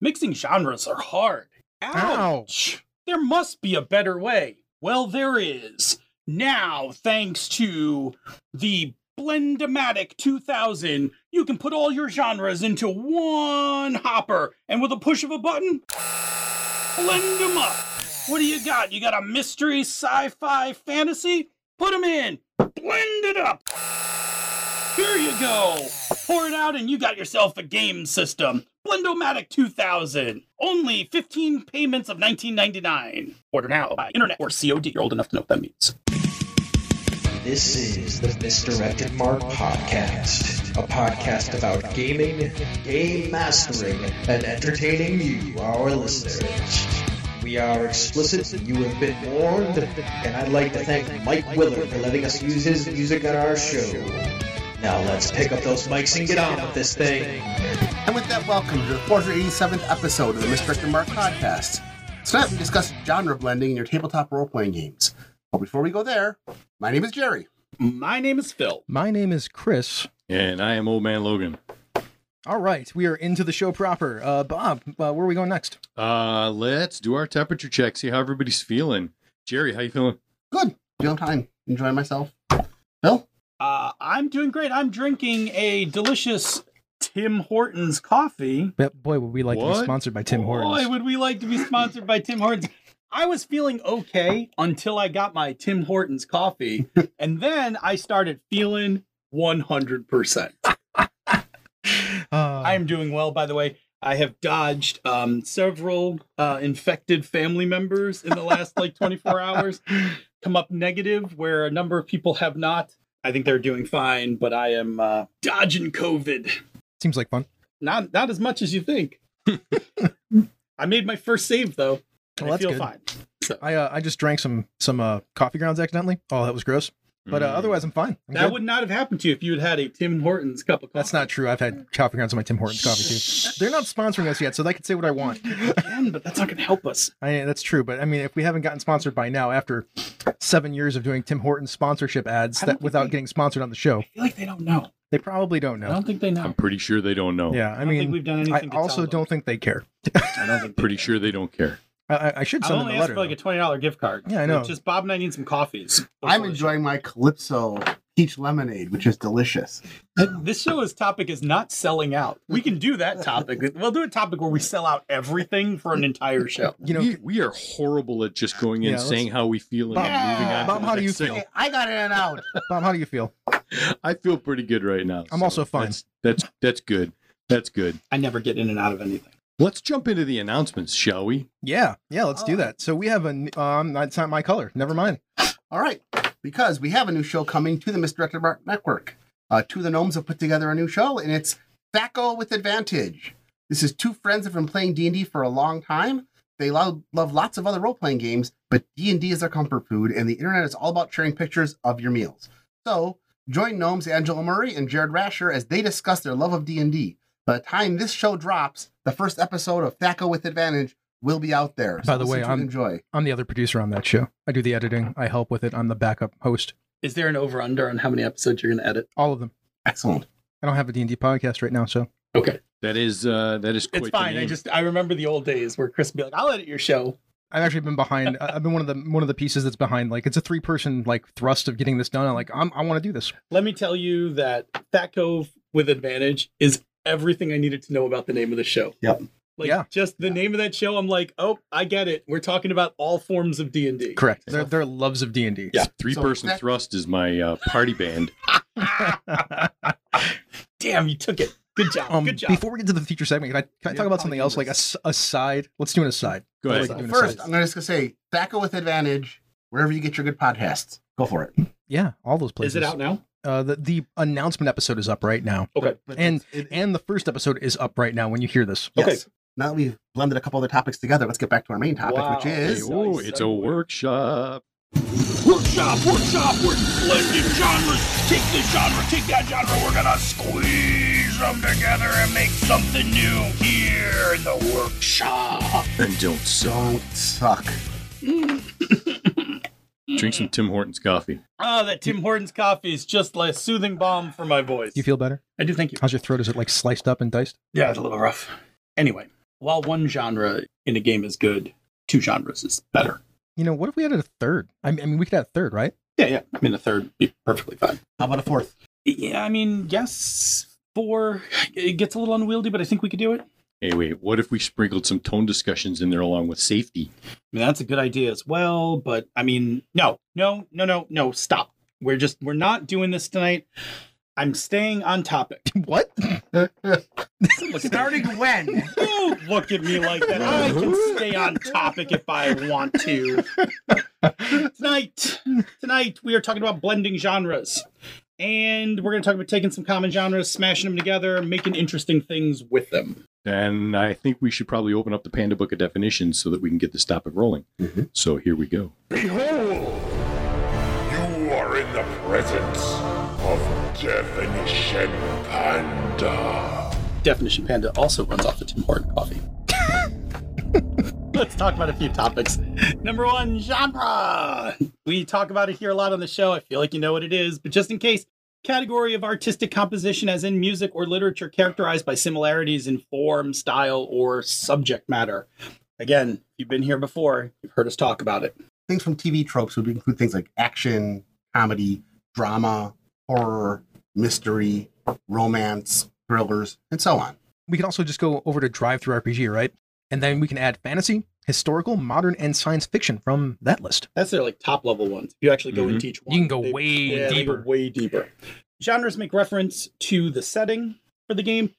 Mixing genres are hard. Ow. Ouch! There must be a better way. Well, there is. Now, thanks to the Blendomatic 2000, you can put all your genres into one hopper, and with a push of a button, blend them up. What do you got? You got a mystery, sci fi, fantasy? Put them in. Blend it up. Here you go. Pour it out, and you got yourself a game system. Blendomatic 2000. Only 15 payments of 19.99. Order now by internet or COD. You're old enough to know what that means. This is the Misdirected Mark Podcast, a podcast about gaming, game mastering, and entertaining you, our listeners. We are explicit, and you have been warned, and I'd like to thank Mike Willard for letting us use his music on our show. Now let's pick up those mics and get on with this thing. And with that, welcome to the 487th episode of the Misdirected Mark podcast. Tonight we discuss genre blending in your tabletop role playing games. But before we go there, my name is Jerry. My name is Phil. My name is Chris. And I am Old Man Logan. All right, we are into the show proper. Uh, Bob, uh, where are we going next? Uh, let's do our temperature check. See how everybody's feeling. Jerry, how you feeling? Good, feeling time, enjoying myself. Phil, Uh, I'm doing great. I'm drinking a delicious Tim Hortons coffee. But boy, would we like to What? be sponsored by Tim Hortons. Boy, would we like to be sponsored by Tim Hortons. I was feeling okay until I got my Tim Hortons coffee, and then I started feeling 100%. Uh, I am doing well, by the way. I have dodged um, several uh, infected family members in the last like 24 hours, come up negative, where a number of people have not. I think they're doing fine, but I am uh, dodging COVID. seems like fun. Not not as much as you think. I made my first save though. And Well, I that's feel good. fine. I uh, I just drank some some uh, coffee grounds accidentally. Oh, that was gross. But uh, Mm. otherwise, I'm fine. I'm That good. would not have happened to you if you had had a Tim Hortons cup of coffee. That's not true. I've had coffee grounds on my Tim Hortons coffee too. They're not sponsoring us yet, so I can say what I want. Again, but that's not going to help us. I, that's true, but I mean, if we haven't gotten sponsored by now, after seven years of doing Tim Hortons sponsorship ads I don't that think without they- getting sponsored on the show, I feel like they don't know. they probably don't I know. don't think they know. I'm pretty sure they don't know. Yeah, Um, I, I don't think mean, we've done I anything. to also tell them. don't think they care. I don't think. they Pretty do. sure they don't care. I- I, I should I've send them only a asked letter. for like a though. twenty dollar gift card. Yeah, I know. It's Just Bob and I need some coffees. I'm enjoying my Calypso peach lemonade, which is delicious. This show's topic is not selling out. We can do that topic. We'll do a topic where we sell out everything for an entire show. You know, we, we are horrible at just going in, Yeah, let's- saying how we feel, and Bob- then moving on. to Bob, the how do next you thing. Hey, I got in and out. Bob, how do you feel? I feel pretty good right now. I'm also fine. That's, that's that's good. That's good. I never get in and out of anything. Let's jump into the announcements, shall we? Yeah, yeah, let's Oh. do that. So we have a n- um, that's not my color. Never mind. All right, because we have a new show coming to the Misdirected Mark Network. Uh, two of the gnomes have put together a new show, and it's Thaco with Advantage. This is two friends that have been playing D and D for a long time. They love, love lots of other role playing games, but D and D is their comfort food, and the internet is all about sharing pictures of your meals. So join gnomes Angela Murray and Jared Rasher as they discuss their love of D and D. By the time this show drops, the first episode of Thaco with Advantage will be out there. By the listen way, to it and I'm- enjoy. I'm the other producer on that show. I do the editing. I help with it. I'm the backup host. Is there an over under on how many episodes you're going to edit? All of them. Excellent. I don't have a D&D podcast right now, so That is uh that is quite It's the fine. I name. just I remember the old days where Chris would be like, "I'll edit your show." I've actually been behind. I- I've been one of the one of the pieces that's behind. Like it's a three person like thrust of getting this done. I'm like I'm, I want to do this. Let me tell you that Fat Cove with Advantage is everything I needed to know about the name of the show. Yep. Like Yeah. just the name of that show, I'm like, oh, I get it. We're talking about all forms of D and D. Correct. They're, they're loves of D&D. Yeah. three So person that- thrust is my uh, party band. Damn, you took it. Good job. Um, Good job. before we get to the feature segment, can I, can I Yeah, talk about something else? Like a, s- polyamorous. a side. Let's do an aside. Go I ahead. like doing First, asides. I'm just gonna say Thaco with advantage wherever you get your good podcasts. Go for it. Yeah, all those places. is it out now? Uh, the, the announcement episode is up right now. Okay. But And- it, And the first episode is up right now when you hear this. okay. yes. Now that we've blended a couple of the topics together, let's get back to our main topic, Wow. which is Hey, Oh, it's a workshop. Workshop, workshop, we're blending genres. Take this genre, take that genre. We're gonna squeeze them together and make something new here in the workshop. And don't suck. don't suck. Drink some Tim Hortons coffee. Oh, that Tim Hortons coffee is just like a soothing balm for my voice. You feel better? I do. Thank you. How's your throat? Is it like sliced up and diced? Yeah, it's a little rough. Anyway, while one genre in a game is good, two genres is better. You know, what if we added a third? I mean, I mean we could add a third, right? Yeah, yeah. I mean, a third would be perfectly fine. How about a fourth? Yeah, I mean, yes, four. It gets a little unwieldy, but I think we could do it. Hey, wait, what if we sprinkled some tone discussions in there along with safety? I mean, that's a good idea as well, but I mean, no, no, no, no, no, stop. We're just, we're not doing this tonight. I'm staying on topic. what? Starting when? Don't look at me like that. I can stay on topic if I want to. tonight, tonight we are talking about blending genres. And we're going to talk about taking some common genres, smashing them together, making interesting things with them. And I think we should probably open up the Panda Book of Definitions so that we can get this topic rolling. Mm-hmm. So here we go. Behold, you are in the presence of Definition Panda. Definition Panda also runs off the Tim Horton coffee. Let's talk about a few topics. Number one, genre. We talk about it here a lot on the show. I feel like you know what it is, but just in case, category of artistic composition, as in music or literature, characterized by similarities in form, style, or subject matter. Again, if you've been here before, you've heard us talk about it. Things from TV tropes would include things like action, comedy, drama, horror, mystery, romance, thrillers, and so on. We can also just go over to drive through RPG, right? And then we can add fantasy, historical, modern, and science fiction from that list. That's their like top level ones. If you actually go Mhm. into each one, Mm-hmm. You can go they- way yeah, they go deeper. way deeper. Genres make reference to the setting for the game,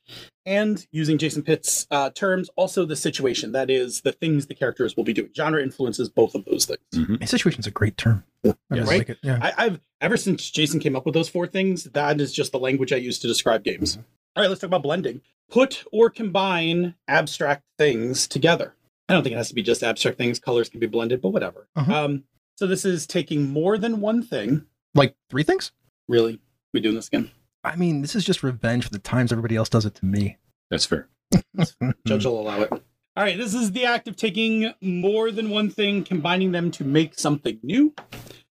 and using Jason Pitt's uh, terms, also the situation. That is the things the characters will be doing. Genre influences both of those things. And situation's a great term. I really Right? like it. Yeah. I, I've ever since Jason came up with those four things, that is just the language I use to describe games. All right, let's talk about blending. Put or combine abstract things together. I don't think it has to be just abstract things. Colors can be blended, but whatever. Uh-huh. Um, so this is taking more than one thing. Like three things? Really, we doing this again? I mean, this is just revenge for the times everybody else does it to me. That's fair. Judge will allow it. All right, this is the act of taking more than one thing, combining them to make something new.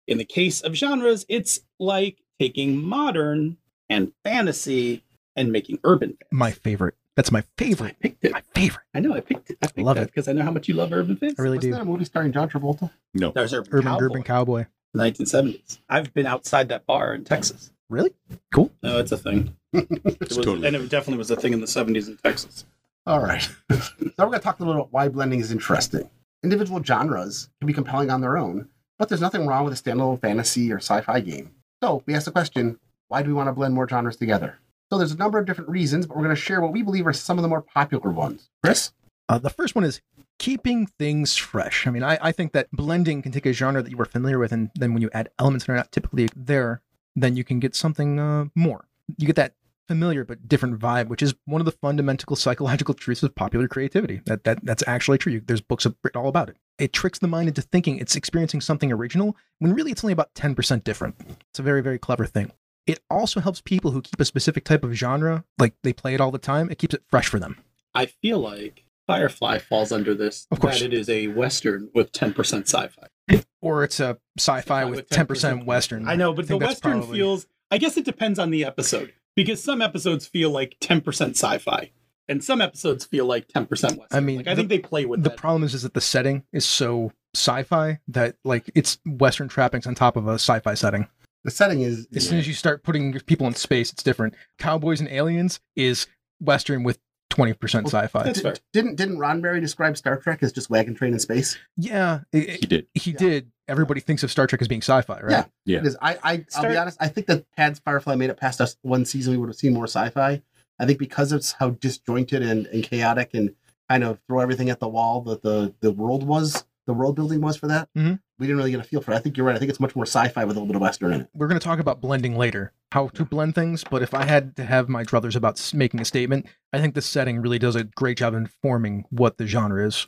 In the case of genres, it's like taking modern and fantasy and making urban. fantasy. My favorite. That's my I favorite. picked it. My favorite. I know I picked it. I picked Love that it. because I know how much you love urban I fantasy. really Wasn't do. that a movie starring John Travolta? No. There's urban, Urban cowboy, Urban Cowboy. 1970s. I've been outside that bar in Texas. Really? No, it's a thing. It was- totally- and it definitely was a thing in the 70s in Texas. All right. so we're going to talk a little about why blending is interesting. Individual genres can be compelling on their own, but there's nothing wrong with a standalone fantasy or sci-fi game. So we asked the question, why do we want to blend more genres together? So there's a number of different reasons, but we're going to share what we believe are some of the more popular ones. Chris? Uh, the first one is keeping things fresh. I mean, I, I think that blending can take a genre that you were familiar with, and then when you add elements that are not typically there, then you can get something uh, more. You get that familiar but different vibe, which is one of the fundamental psychological truths of popular creativity. That, that that's actually true. You- There's books ab- written all about it. It tricks the mind into thinking it's experiencing something original when really it's only about 10% different. It's a very, very clever thing. It also helps people who keep a specific type of genre, like they play it all the time, it keeps it fresh for them. I feel like Firefly falls under this. Of course. That it is a Western with 10% sci fi. or it's a sci-fi Sci-fi with with ten 10% percent Western. I know, but the think that's Western probably- feels. I guess it depends on the episode because some episodes feel like ten percent sci-fi, and some episodes feel like ten percent Western. I mean, like, I think they play with The that. problem is, is that the setting is so sci-fi that like it's Western trappings on top of a sci-fi setting. The setting is As soon as you start putting people in space, it's different. Cowboys and aliens is Western with twenty percent sci-fi. That's fair. didn't didn't Roddenberry describe Star Trek as just wagon train in space? Yeah, it- He it- did. he Yeah. did. Everybody thinks of Star Trek as being sci-fi, right? Yeah. Yeah. Because I, I I'll Start- be honest, I think that had Firefly made it past us one season, we would have seen more sci-fi. I think because of how disjointed and, and chaotic and kind of throw everything at the wall that the the world was, the world building was for that, Mm-hmm. Mhm. we didn't really get a feel for it. I think you're right. I think it's much more sci-fi with a little bit of western in it. We're going to talk about blending later, how to blend things. But if I had to have my druthers about s- making a statement, I think this setting really does a great job informing what the genre is.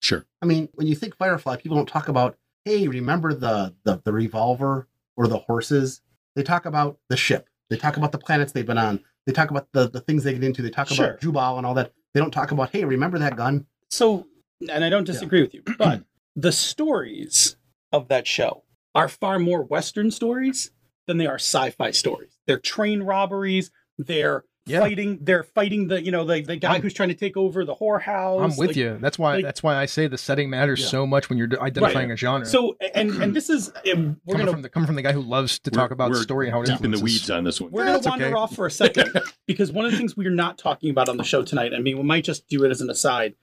Sure. I mean, when you think Firefly, people don't talk about hey, remember the the, the revolver or the horses. They talk about the ship. They talk about the planets they've been on. They talk about the, the things they get into. They talk Sure. about Jubal and all that. They don't talk about, hey, remember that gun? So, and I don't disagree with you, but the stories of that show are far more Western stories than they are sci-fi stories. They're train robberies. They're Yeah. fighting. They're fighting the you know the the guy I'm- who's trying to take over the whorehouse. I'm with like, you. That's why. like- that's why I say the setting matters Yeah. so much when you're d- identifying a genre. So and and this is we're coming gonna from the coming from the guy who loves to talk about story and how it deep in the influences. weeds on this one. we're going That's to wander okay. off for a second because one of the things we're not talking about on the show tonight, I mean, we might just do it as an aside,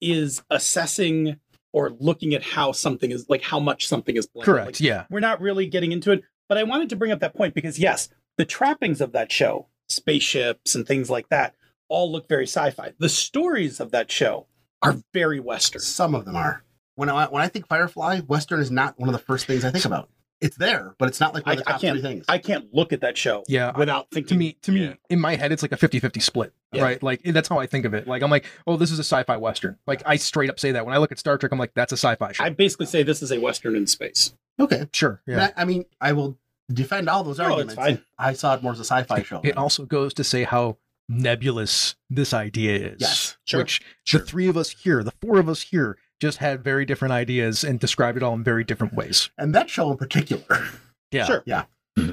is assessing or looking at how something is like how much something is blended. Like, Correct. yeah. we're not really getting into it, but I wanted to bring up that point because yes, the trappings of that show, spaceships and things like that, all look very sci-fi. The stories of that show are very western. Some of them are. When I when I think Firefly, Western is not one of the first things I think about. It's there, but it's not like one I, of the I top three can't things. I can't look at that show Yeah. without to thinking me to me Yeah. in my head it's like a 50-50 split Yeah. right like that's how i think of it like i'm like oh this is a sci-fi western like i straight up say that when i look at star trek i'm like that's a sci-fi show I basically say this is a western in space. okay. sure yeah That- I mean, I will defend all those No, Oh, it's fine. arguments. I saw it more as a sci-fi show. it also goes to say how nebulous this idea is Yes, sure, which sure. the three of us here the four of us here just had very different ideas and described it all in very different ways and that show in particular. yeah Sure.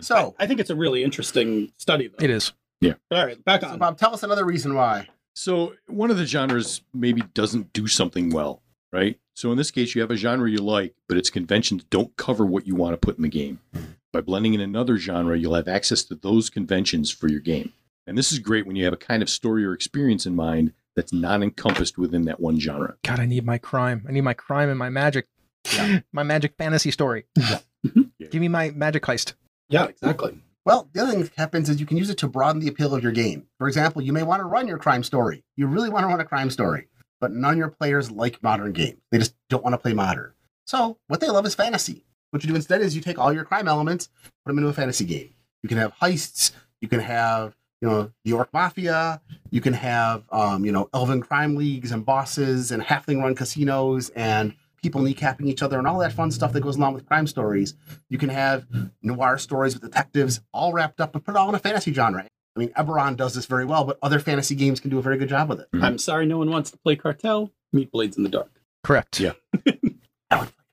So, I think it's a really interesting study, though. it is All right, back so on. Bob, tell us another reason why. So one of the genres maybe doesn't do something well, right? So in this case, you have a genre you like, but its conventions don't cover what you want to put in the game. Hmm. By blending in another genre, you'll have access to those conventions for your game. And this is great when you have a kind of story or experience in mind that's not encompassed within that one genre. god i need my crime i need my crime and my magic my magic fantasy story Mm-hmm. give me my magic heist yeah, exactly. Well, the other thing that happens is you can use it to broaden the appeal of your game. For example, you may want to run your crime story. You really want to run a crime story, but none of your players like modern games. They just don't want to play modern. So, what they love is fantasy. What you do instead is you take all your crime elements, put them into a fantasy game. You can have heists. You can have you know the York Mafia. You can have um, you know elven crime leagues and bosses and halfling run casinos and people kneecapping each other and all that fun stuff that goes along with crime stories. You can have noir stories with detectives all wrapped up and put it all in a fantasy genre. I mean, Eberron does this very well, but other fantasy games can do a very good job with it. Mhm. I'm sorry, no one wants to play Cartel. Meet Blades in the Dark. correct Yeah.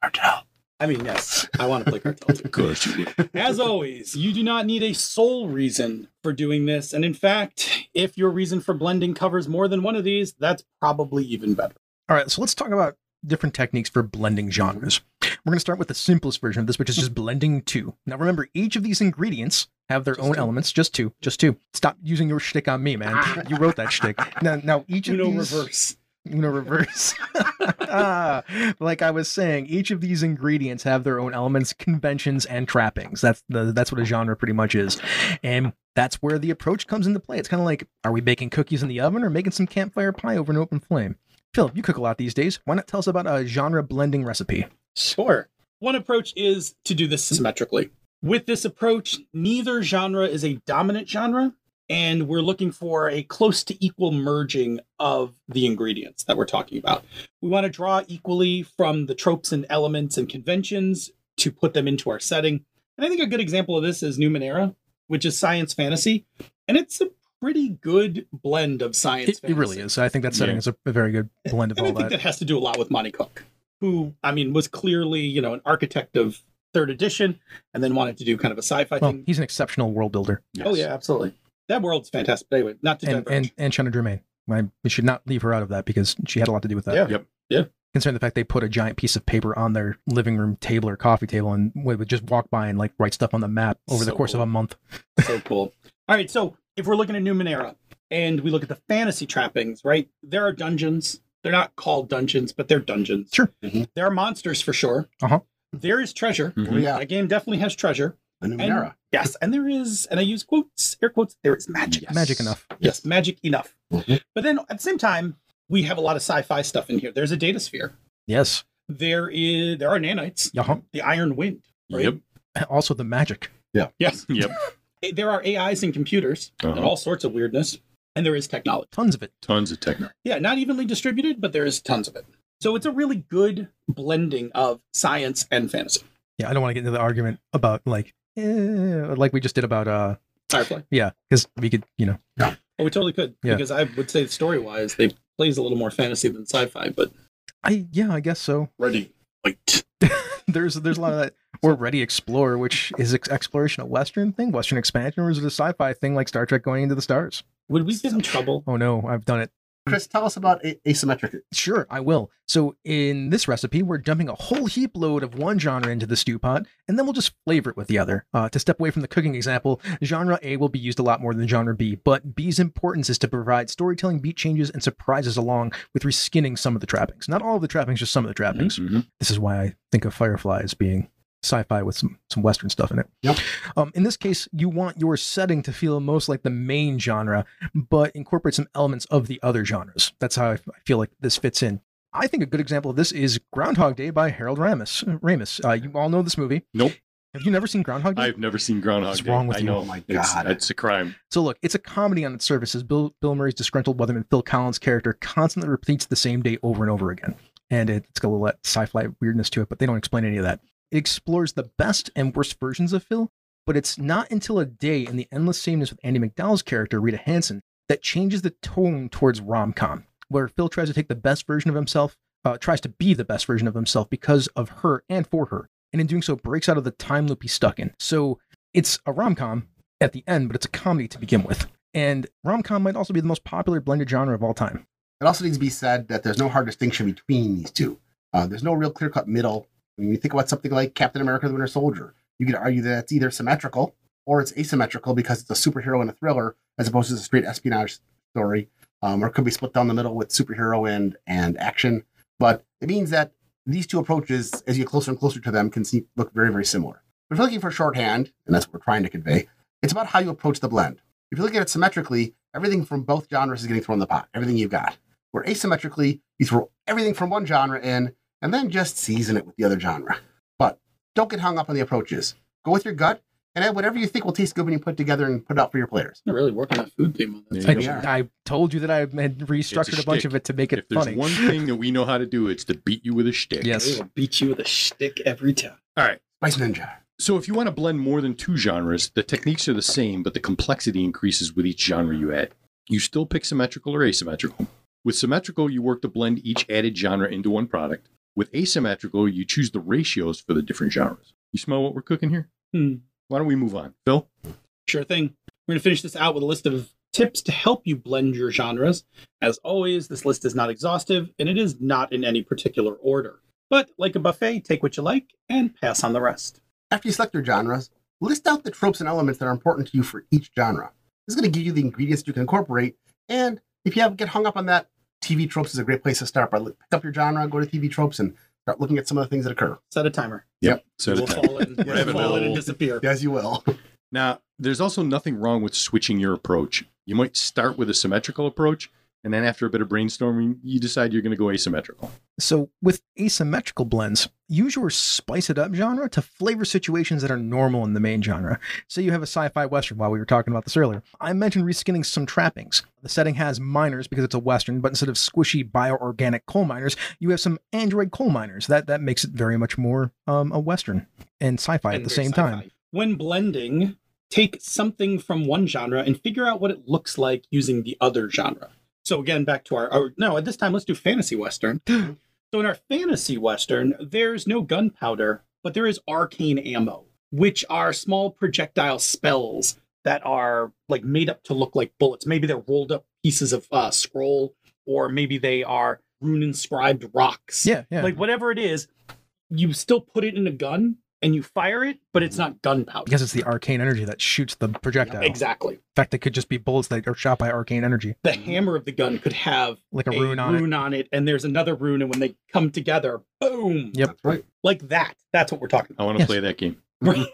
Cartel. I mean, yes, I want to play Cartel too. course you would. As always, you do not need a sole reason for doing this. And in fact, if your reason for blending covers more than one of these, that's probably even better. All right, so let's talk about different techniques for blending genres. We're going to start with the simplest version of this, which is just blending two. Now, remember, each of these ingredients have their Just own two. elements. Just two. Just two. Stop using your shtick on me, man. you wrote that shtick. Now, now each Ah. You of know, these reverse. you know, reverse. Ah, like I was saying, each of these ingredients have their own elements, conventions, and trappings. That's the that's what a genre pretty much is, and that's where the approach comes into play. It's kind of like, are we baking cookies in the oven or making some campfire pie over an open flame? Philip, you cook a lot these days. Why not tell us about a genre blending recipe? Sure. One approach is to do this symmetrically. With this approach, neither genre is a dominant genre, and we're looking for a close to equal merging of the ingredients that we're talking about. We want to draw equally from the tropes and elements and conventions to put them into our setting. And I think a good example of this is Numenera, which is science fantasy, and it's a pretty good blend of science It, it really fantasy. is. I think that setting Yeah. is a, a very good blend of And I all think that. that has to do a lot with Monty Cook, who I mean was clearly you know an architect of third edition, and then wanted to do kind of a sci-fi well, thing. he's an exceptional world builder, Oh yeah, absolutely. That world's fantastic. But anyway, not to and diverge. and, and Shanna Germain. I, we should not leave her out of that because she had a lot to do with that. yeah, Yep. considering the fact they put a giant piece of paper on their living room table or coffee table and we would just walk by and like write stuff on the map over the So course cool. of a month. so cool. All right, so if we're looking at Numenera and we look at the fantasy trappings, right? There are dungeons. They're not called dungeons, but they're dungeons. Sure. Mhm. There are monsters for sure. Uh-huh. There is treasure. Mm-hmm. Mhm. Yeah, That game definitely has treasure. the Numenera. Yes, and there is, and I use quotes, air quotes. There is magic. Magic enough. Yes, magic enough. But then at the same time, we have a lot of sci-fi stuff in here. There's a data sphere. Yes. There is there are nanites, Uh-huh. the iron wind. Right? Yep. Also the magic. Yes. Yep. There are AIs and computers and Uh-huh. all sorts of weirdness. And there is technology. Tons of it. Tons of techno. Yeah, not evenly distributed, but there is tons of it. So it's a really good blending of science and fantasy. Yeah, I don't want to get into the argument about like eh, like we just did about uh Firefly. yeah, because we could, you know. Oh, we totally could. Yeah. Because I would say story wise, they plays a little more fantasy than sci-fi, but I yeah, I guess so. ready. Wait. There's there's a lot of that or Ready Explore, which is ex- exploration of Western thing, Western expansion, or is it a sci-fi thing like Star Trek going into the stars? Would we get in trouble? Oh no, I've done it. Chris, tell us about a- asymmetric. Sure, I will. So in this recipe, we're dumping a whole heap load of one genre into the stew pot, and then we'll just flavor it with the other. Uh, to step away from the cooking example, genre A will be used a lot more than genre B, but B's importance is to provide storytelling beat changes and surprises along with reskinning some of the trappings. Not all of the trappings, just some of the trappings. Mhm. This is why I think of Firefly as being sci-fi with some some western stuff in it. Yep. Um, in this case, you want your setting to feel most like the main genre, but incorporate some elements of the other genres. That's how I f- I feel like this fits in. I think a good example of this is Groundhog Day by Harold Ramis. Ramis, uh, you all know this movie. Nope. Have you never seen Groundhog Day? I've never seen Groundhog What's Day. wrong with I you? know. Oh my It's- God. it's a crime. So look, it's a comedy on its surface as Bill, Bill Murray's disgruntled weatherman Phil Collins character constantly repeats the same day over and over again. And it, it's got a little that sci-fi weirdness to it, but they don't explain any of that. It explores the best and worst versions of Phil, but it's not until a day in the endless sameness with Andy McDowell's character, Rita Hanson, that changes the tone towards rom-com, where Phil tries to take the best version of himself, uh, tries to be the best version of himself because of her and for her. And in doing so, breaks out of the time loop he's stuck in. So it's a rom-com, at the end, but it's a comedy to begin with. And rom com might also be the most popular blended genre of all time. It also needs to be said that there's no hard distinction between these two. Uh, there's no real clear cut middle. When you think about something like Captain America: The Winter Soldier, you could argue that it's either symmetrical or it's asymmetrical because it's a superhero and a thriller as opposed to a straight espionage story, um, or it could be split down the middle with superhero and and action. But it means that these two approaches, as you get closer and closer to them, can see, look very very similar. But if you're looking for shorthand, and that's what we're trying to convey, it's about how you approach the blend. If you look at it symmetrically, everything from both genres is getting thrown in the pot. Everything you've got where asymmetrically you throw everything from one genre in and then just season it with the other genre. But don't get hung up on the approaches. Go with your gut and add whatever you think will taste good when you put it together and put it out for your players. Not really working that food theme on Yeah. that. I, we are. I told you that I had restructured a, bunch shtick. of it to make it if there's funny. one thing that we know how to do, it's to beat you with a shtick. They yes. will beat you with a shtick every time. All right. Spice Ninja. So if you want to blend more than two genres, the techniques are the same, but the complexity increases with each genre you add. You still pick symmetrical or asymmetrical. With symmetrical, you work to blend each added genre into one product. With asymmetrical, you choose the ratios for the different genres. You smell what we're cooking here? Hmm. Why don't we move on? Phil? Sure thing. We're going to finish this out with a list of tips to help you blend your genres. As always, this list is not exhaustive and it is not in any particular order. But like a buffet, take what you like and pass on the rest. After you select your genres, list out the tropes and elements that are important to you for each genre. This is going to give you the ingredients you can incorporate. And if you have get hung up on that, TV tropes is a great place to start. By pick up your genre, go to TV tropes, and start looking at some of the things that occur. Set a timer. Yep. So we'll the- fall in, we'll Rabbit fall in and hole. disappear. Yes, you will. Now, there's also nothing wrong with switching your approach. You might start with a symmetrical approach, and then after a bit of brainstorming, you decide you're going to go asymmetrical. So with asymmetrical blends, use your spice it up genre to flavor situations that are normal in the main genre. Say you have a sci-fi western while we were talking about this earlier. I mentioned reskinning some trappings. The setting has miners because it's a western, but instead of squishy bioorganic coal miners, you have some android coal miners. That that makes it very much more um, a western and sci-fi at And the there's same sci-fi. time. When blending, take something from one genre and figure out what it looks like using the other genre. So again, back to our, our no. At this time, let's do fantasy western. so in our fantasy western, there's no gunpowder, but there is arcane ammo, which are small projectile spells that are like made up to look like bullets. Maybe they're rolled up pieces of uh, scroll, or maybe they are rune inscribed rocks Yeah, yeah. like whatever it is you still put it in a gun and you fire it but it's not gunpowder because it's the arcane energy that shoots the projectile. exactly In fact, it could just be bullets that are shot by arcane energy, the hammer of the gun could have like a, a, Mm-hmm. rune on it. and there's another rune and when they come together boom Yep. That's right. like that that's what we're talking I want to Yes. play that game. about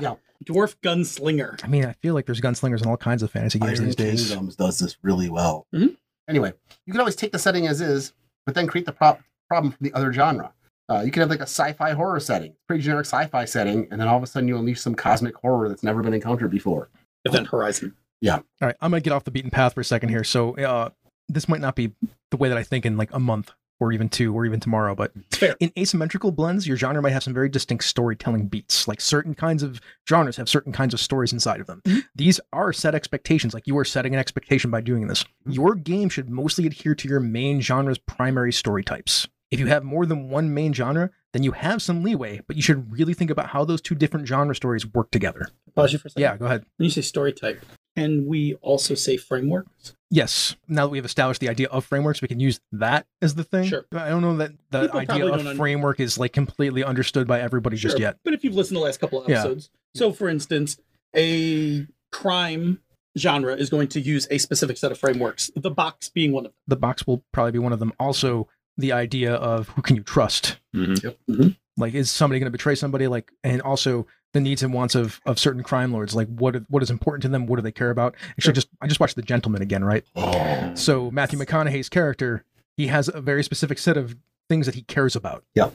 Yeah. dwarf gunslinger I mean, I feel like there's gunslingers in all kinds of fantasy games Iron these days. Mm-hmm. Kingdoms does this really well. Mhm. Anyway, you can always take the setting as is, but then create the prop- problem from the other genre. Uh, you can have like a sci-fi horror setting, pretty generic sci-fi setting, and then all of a sudden you unleash some cosmic horror that's never been encountered before. event horizon All right, I'm gonna get off the beaten path for a second here. So uh, this might not be the way that I think in like a month or even two or even tomorrow, but it's fair in asymmetrical blends, your genre might have some very distinct storytelling beats. Like certain kinds of genres have certain kinds of stories inside of them. Mm-hmm. These are set expectations. Like you are setting an expectation by doing this. Mm-hmm. Your game should mostly adhere to your main genre's primary story types. If you have more than one main genre, then you have some leeway, but you should really think about how those two different genre stories work together. pause you for a second Yeah, go ahead. when you say story type Can we also say frameworks? Yes. Now that we've established the idea of frameworks, we can use that as the thing. Sure. I don't know that the People idea probably of don't under- framework is like completely understood by everybody just yet. But if you've listened to the last couple of Yeah. episodes, so for instance, a crime genre is going to use a specific set of frameworks, the box being one of them. The box will probably be one of them. Also, the idea of who can you trust? Mhm. Mm-hmm. Like, is somebody going to betray somebody? Like, and also the needs and wants of of certain crime lords. Like, what what is important to them? What do they care about? Actually, just I just watched The Gentleman again, right? Oh. So Matthew McConaughey's character, he has a very specific set of things that he cares about. Yeah.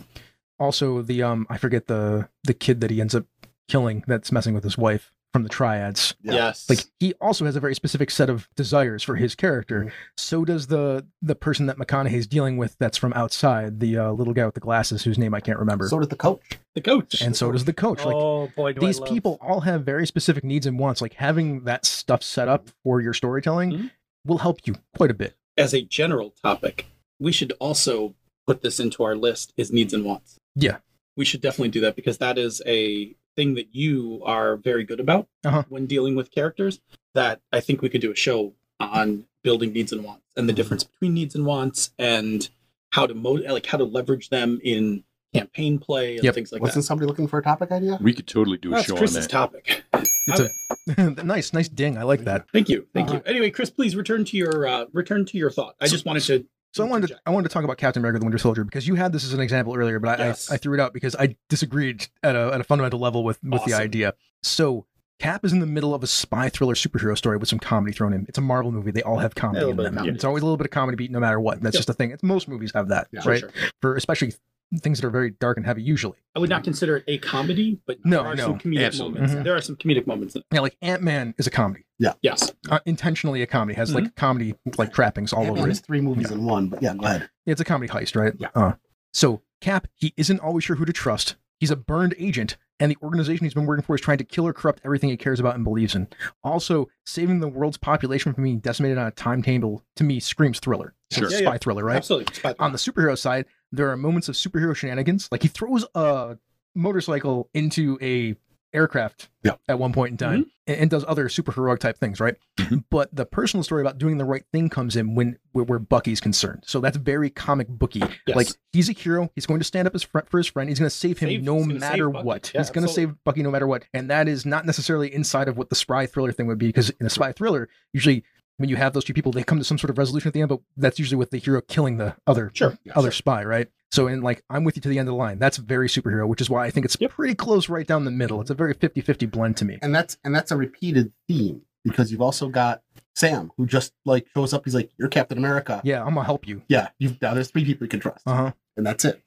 Also, the um, I forget the the kid that he ends up killing that's messing with his wife from the triads. Yeah. Yes. Like he also has a very specific set of desires for his Mm-hmm. character. So does the the person that McConaughey's dealing with that's from outside, the uh, little guy with the glasses whose name I can't remember. So did the coach. the coach. and so does the coach. Like oh boy, do I these love- people all have very specific needs and wants. Like having that stuff set up for your storytelling Mm-hmm. Mhm. will help you quite a bit. as a general topic, we should also put this into our list is needs and wants. Yeah. We should definitely do that because that is a thing that you are very good about Uh-huh. when dealing with characters that I think we could do a show on building needs and wants Mm-hmm. and the difference between needs and wants and how to mo- like how to leverage them in campaign play and Yep. things like Wasn't that. somebody looking for a topic idea? We could totally do a That's show on Chris's that. topic. It's a nice, nice ding. I like that. Thank you. Thank All you. Anyway, Chris, please return to your uh, return to your thought. I just wanted to Uh-huh. So I wanted to, I wanted to talk about Captain America: The Winter Soldier because you had this as an example earlier, but I, Yes. I, I threw it out because I disagreed at a, at a fundamental level with with the Awesome. idea. So Cap is in the middle of a spy thriller superhero story with some comedy thrown in. It's a Marvel movie; they all have comedy little in bit them. of comedy. It's always a little bit of comedy beat, no matter what. That's Yeah. just a thing. It's, most movies have that, Yeah. Sure, right? sure. For especially things that are very dark and heavy, usually. I would not consider it a comedy, but Mm-hmm. No, there are no, some comedic absolutely. moments. Mhm. There are some comedic moments. in it. Yeah, like Ant Man is a comedy, Yes. uh, intentionally a comedy, has Mm-hmm. like comedy like trappings all Ant-Man over it. is three movies Yeah. in one, but yeah, go ahead. It's a comedy heist, right? Yeah. Uh, so Cap, he isn't always sure who to trust. He's a burned agent, and the organization he's been working for is trying to kill or corrupt everything he cares about and believes in. Also, saving the world's population from being decimated on a timetable to me screams thriller. So Sure. it's Yeah, a spy thriller, right? Absolutely. It's by the- On the superhero side, there are moments of superhero shenanigans. Like he throws a motorcycle into a aircraft Yeah. at one point in time and, and does other superheroic type things, right? But the personal story about doing the right thing comes in when where, where Bucky's concerned. So that's very comic booky. Yes. Like he's a hero. He's going to stand up his fr- for his friend. He's going to save him Save- no he's gonna save matter Bucky. what. Yeah, he's going to absolutely. save Bucky no matter what. And that is not necessarily inside of what the spy thriller thing would be because in a spy thriller, usually when you have those two people, they come to some sort of resolution at the end, but that's usually with the hero killing the other sure. Yeah, other sure. spy, right? So, and like, I'm with you to the end of the line. That's very superhero, which is why I think it's Yep. pretty close right down the middle. It's a very 50 50 blend to me. and that's and that's a repeated theme because you've also got Sam who just like shows up. He's like, "You're Captain America." yeah, I'm going to help you. Yeah, you've now there's three people you can trust, Uh huh. and that's it.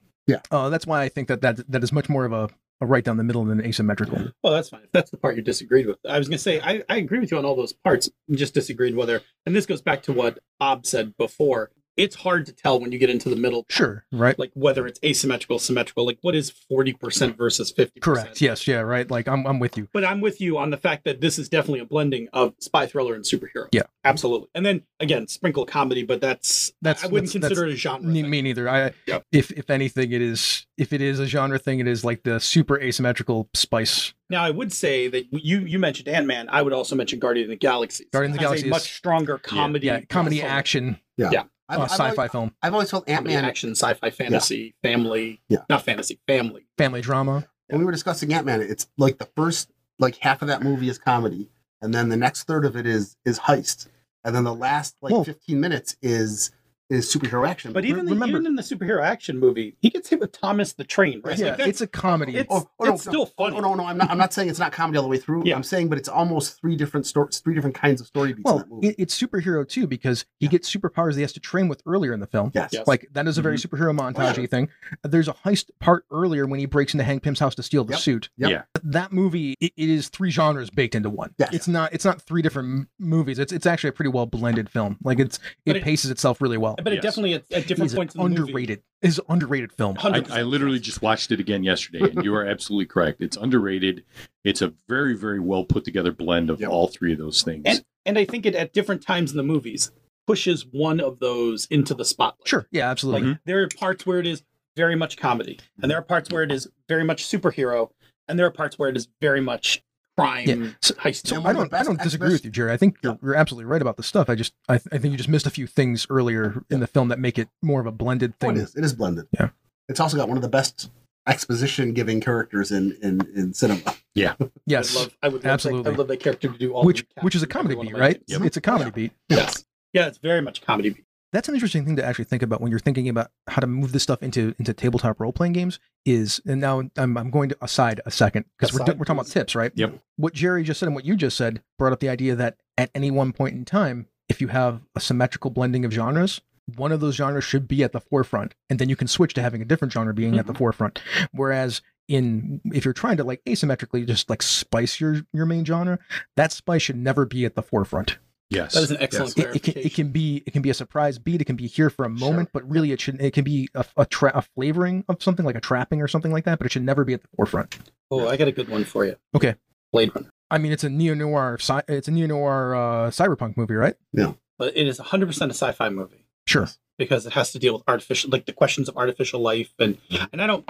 Uh, that's why I think that, that that is much more of a, a right down the middle than asymmetrical. Well, that's fine. If that's the part you disagreed with, I was going to say I, I agree with you on all those parts. We just disagreed whether, and this goes back to what Bob said before. It's hard to tell when you get into the middle, Sure. Right. like whether it's asymmetrical, symmetrical. Like what is forty percent versus fifty? Correct. Yes. Yeah. Right. Like, I'm, I'm with you. But I'm with you on the fact that this is definitely a blending of spy thriller and superhero. Yeah. absolutely. And then again, sprinkle comedy, but that's That's- I wouldn't that's- that's- consider it a genre. Ne- thing. me neither. I, Yeah. if, if anything, it is, if it is a genre thing, it is like the super asymmetrical spice. Now, I would say that you you mentioned Ant Man. I would also mention Guardian of the Galaxy. Guardians of Has the Galaxy a is- much stronger comedy, Yeah. Comedy Yeah. action, I've, uh, I've sci fi always, film, I've always felt Ant comedy Man. action, sci-fi, fantasy, family. Yeah. not fantasy, family. family drama. When we were discussing Ant Man, it's like the first like half of that movie is comedy, and then the next third of it is is heist, and then the last like Well- 15 minutes is is superhero action. But even, the, remember- even in the superhero action movie, he gets hit with Thomas the Train. Right? Yeah. Like, that's- it's a comedy. it's, Oh, oh, no, it's still funny. Oh no, no, I'm not. I'm not saying it's not comedy all the way through. Yeah. I'm saying, but it's almost three different stories, three different kinds of story beats in Well, that movie. it, it's superhero too because he gets superpowers that he has to train with earlier in the film. yes. Yes. Like that is a very superhero montage thing. There's a heist part earlier when he breaks into Hank Pym's house to steal the Yep. suit. Yep. Yeah. That movie it, it is three genres baked into one. Yes. It's not it's not three different m- movies. It's it's actually a pretty well blended film. Like it's But it, it- paces itself really well. But it Yes. definitely at, at different It is points in the movie- underrated. Is an underrated film. 100%. I, I literally just watched it again yesterday, and you are absolutely correct. It's underrated. It's a very, very well put together blend of Yep. all three of those things. and and I think it at different times in the movies pushes one of those into the spotlight. Sure. Mm-hmm. Yeah. Absolutely. Like there are parts where it is very much comedy, and there are parts where it is very much superhero, and there are parts where it is very much crime Yeah. So- heist. So And I one of the don't, I best don't disagree activists- with you, Jerry. I think you're, you're absolutely right about the stuff. I just, I, th- I think you just missed a few things earlier in the film that make it more of a blended Oh, thing. it is. It is blended. Yeah. It's also got one of the best exposition giving characters in, in in cinema. Yes, I would love, I would love absolutely. That, I would love that character to do all. which, the which is a captions every comedy one of beat, my right? kids. It's a comedy beat. Yes. Yeah, it's very much a comedy beat. That's an interesting thing to actually think about when you're thinking about how to move this stuff into into tabletop role playing games. Is and now I'm, I'm going to aside a second because we're, Aside, we're talking about please. tips, right? Yep. What Jerry just said and what you just said brought up the idea that at any one point in time, if you have a symmetrical blending of genres, one of those genres should be at the forefront, and then you can switch to having a different genre being Mm-hmm. at the forefront. Whereas in if you're trying to like asymmetrically just like spice your your main genre, that spice should never be at the forefront Yes. That is an excellent it, it can it can be it can be a surprise beat. It can be here for a moment, but really it should it can be a a, tra- a flavoring of something like a trapping or something like that. But it should never be at the forefront. Oh, I got a good one for you. Okay. Blade Runner. I mean, it's a neo noir sci- it's a neo noir uh, cyberpunk movie, right? But it is 100% a sci-fi movie Sure. because it has to deal with artificial like the questions of artificial life and and I don't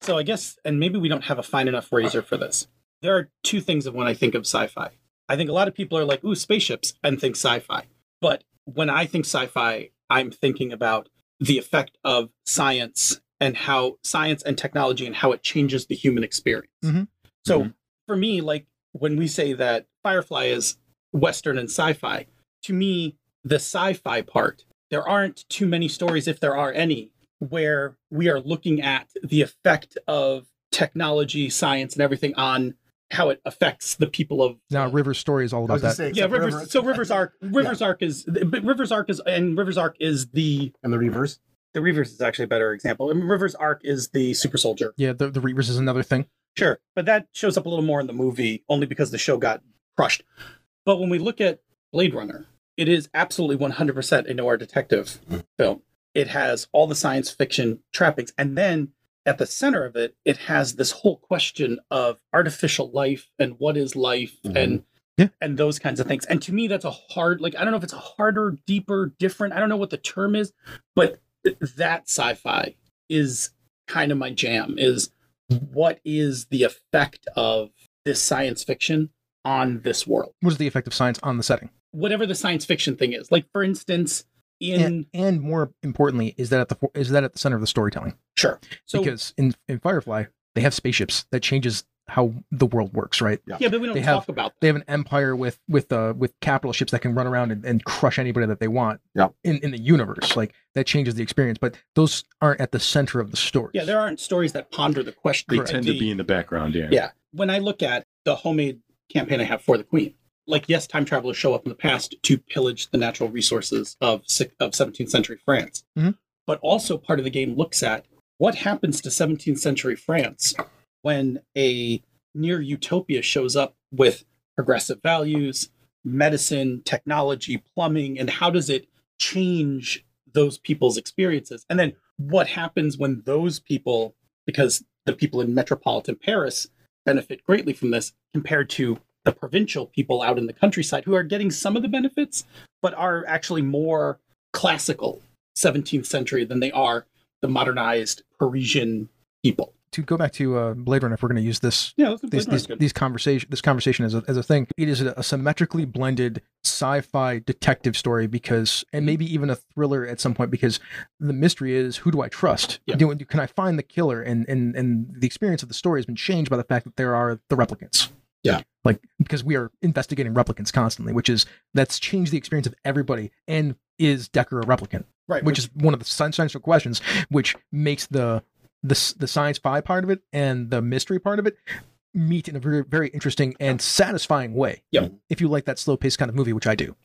so I guess and maybe we don't have a fine enough razor for this. There are two things of when I think of sci-fi. I think a lot of people are like, "Ooh, spaceships," and think sci-fi. But when I think sci-fi, I'm thinking about the effect of science and how science and technology and how it changes the human experience. Mhm. So Mhm. for me, like when we say that Firefly is Western and sci fi, to me, the sci fi part, there aren't too many stories, if there are any, where we are looking at the effect of technology, science, and everything on how it affects the people of Now, River's story is all I about was gonna that. say, yeah except rivers so rivers arc rivers arc is but rivers arc is and rivers arc is the and the Reavers. the reavers is actually a better example and rivers arc is the super soldier yeah, the, the Reavers is another thing. Sure, but that shows up a little more in the movie only because the show got crushed. But when we look at Blade Runner, it is absolutely 100% a noir detective film. It has all the science fiction trappings. And then at the center of it, it has this whole question of artificial life and what is life and Yeah. and those kinds of things. And to me, that's a hard, like, I don't know if it's a harder, deeper, different. I don't know what the term is, but th- that sci fi is kind of my jam is what is the effect of this science fiction on this world What is the effect of science on the setting? whatever the science fiction thing is like for instance in And, and more importantly, is that at the fo- is that at the center of the storytelling? sure so because in in Firefly, they have spaceships that changes how the world works, right? yeah but we don't they talk have- about they have an empire with with uh with capital ships that can run around and, and crush anybody that they want Yeah. in in the universe like that changes the experience but those aren't at the center of the story yeah there aren't stories that ponder the question they like tend the- to be in the background. Yeah. Yeah. when I look at the homemade campaign I have for the Queen, like yes, time travelers show up in the past to pillage the natural resources of si- of 17th century France, Mhm. but also part of the game looks at what happens to 17th century France when a near utopia shows up with progressive values, medicine, technology, plumbing, and how does it change those people's experiences? And then what happens when those people, because the people in metropolitan Paris benefit greatly from this compared to the provincial people out in the countryside who are getting some of the benefits, but are actually more classical 17th century than they are the modernized Parisian people. to go back to uh blade runner if we're going to use this Yeah, that's these, these, these conversation this conversation as a, as a thing it is a, symmetrically blended sci-fi detective story because and maybe even a thriller at some point because the mystery is who do i trust Yeah. do, can i find the killer and and and the experience of the story has been changed by the fact that there are the replicants Yeah. like because we are investigating replicants constantly which is that's changed the experience of everybody and is decker a replicant right, which is one of the sci- central questions which makes the the, s- the science fi part of it and the mystery part of it meet in a very very interesting and satisfying way Yeah. if you like that slow paced kind of movie which i do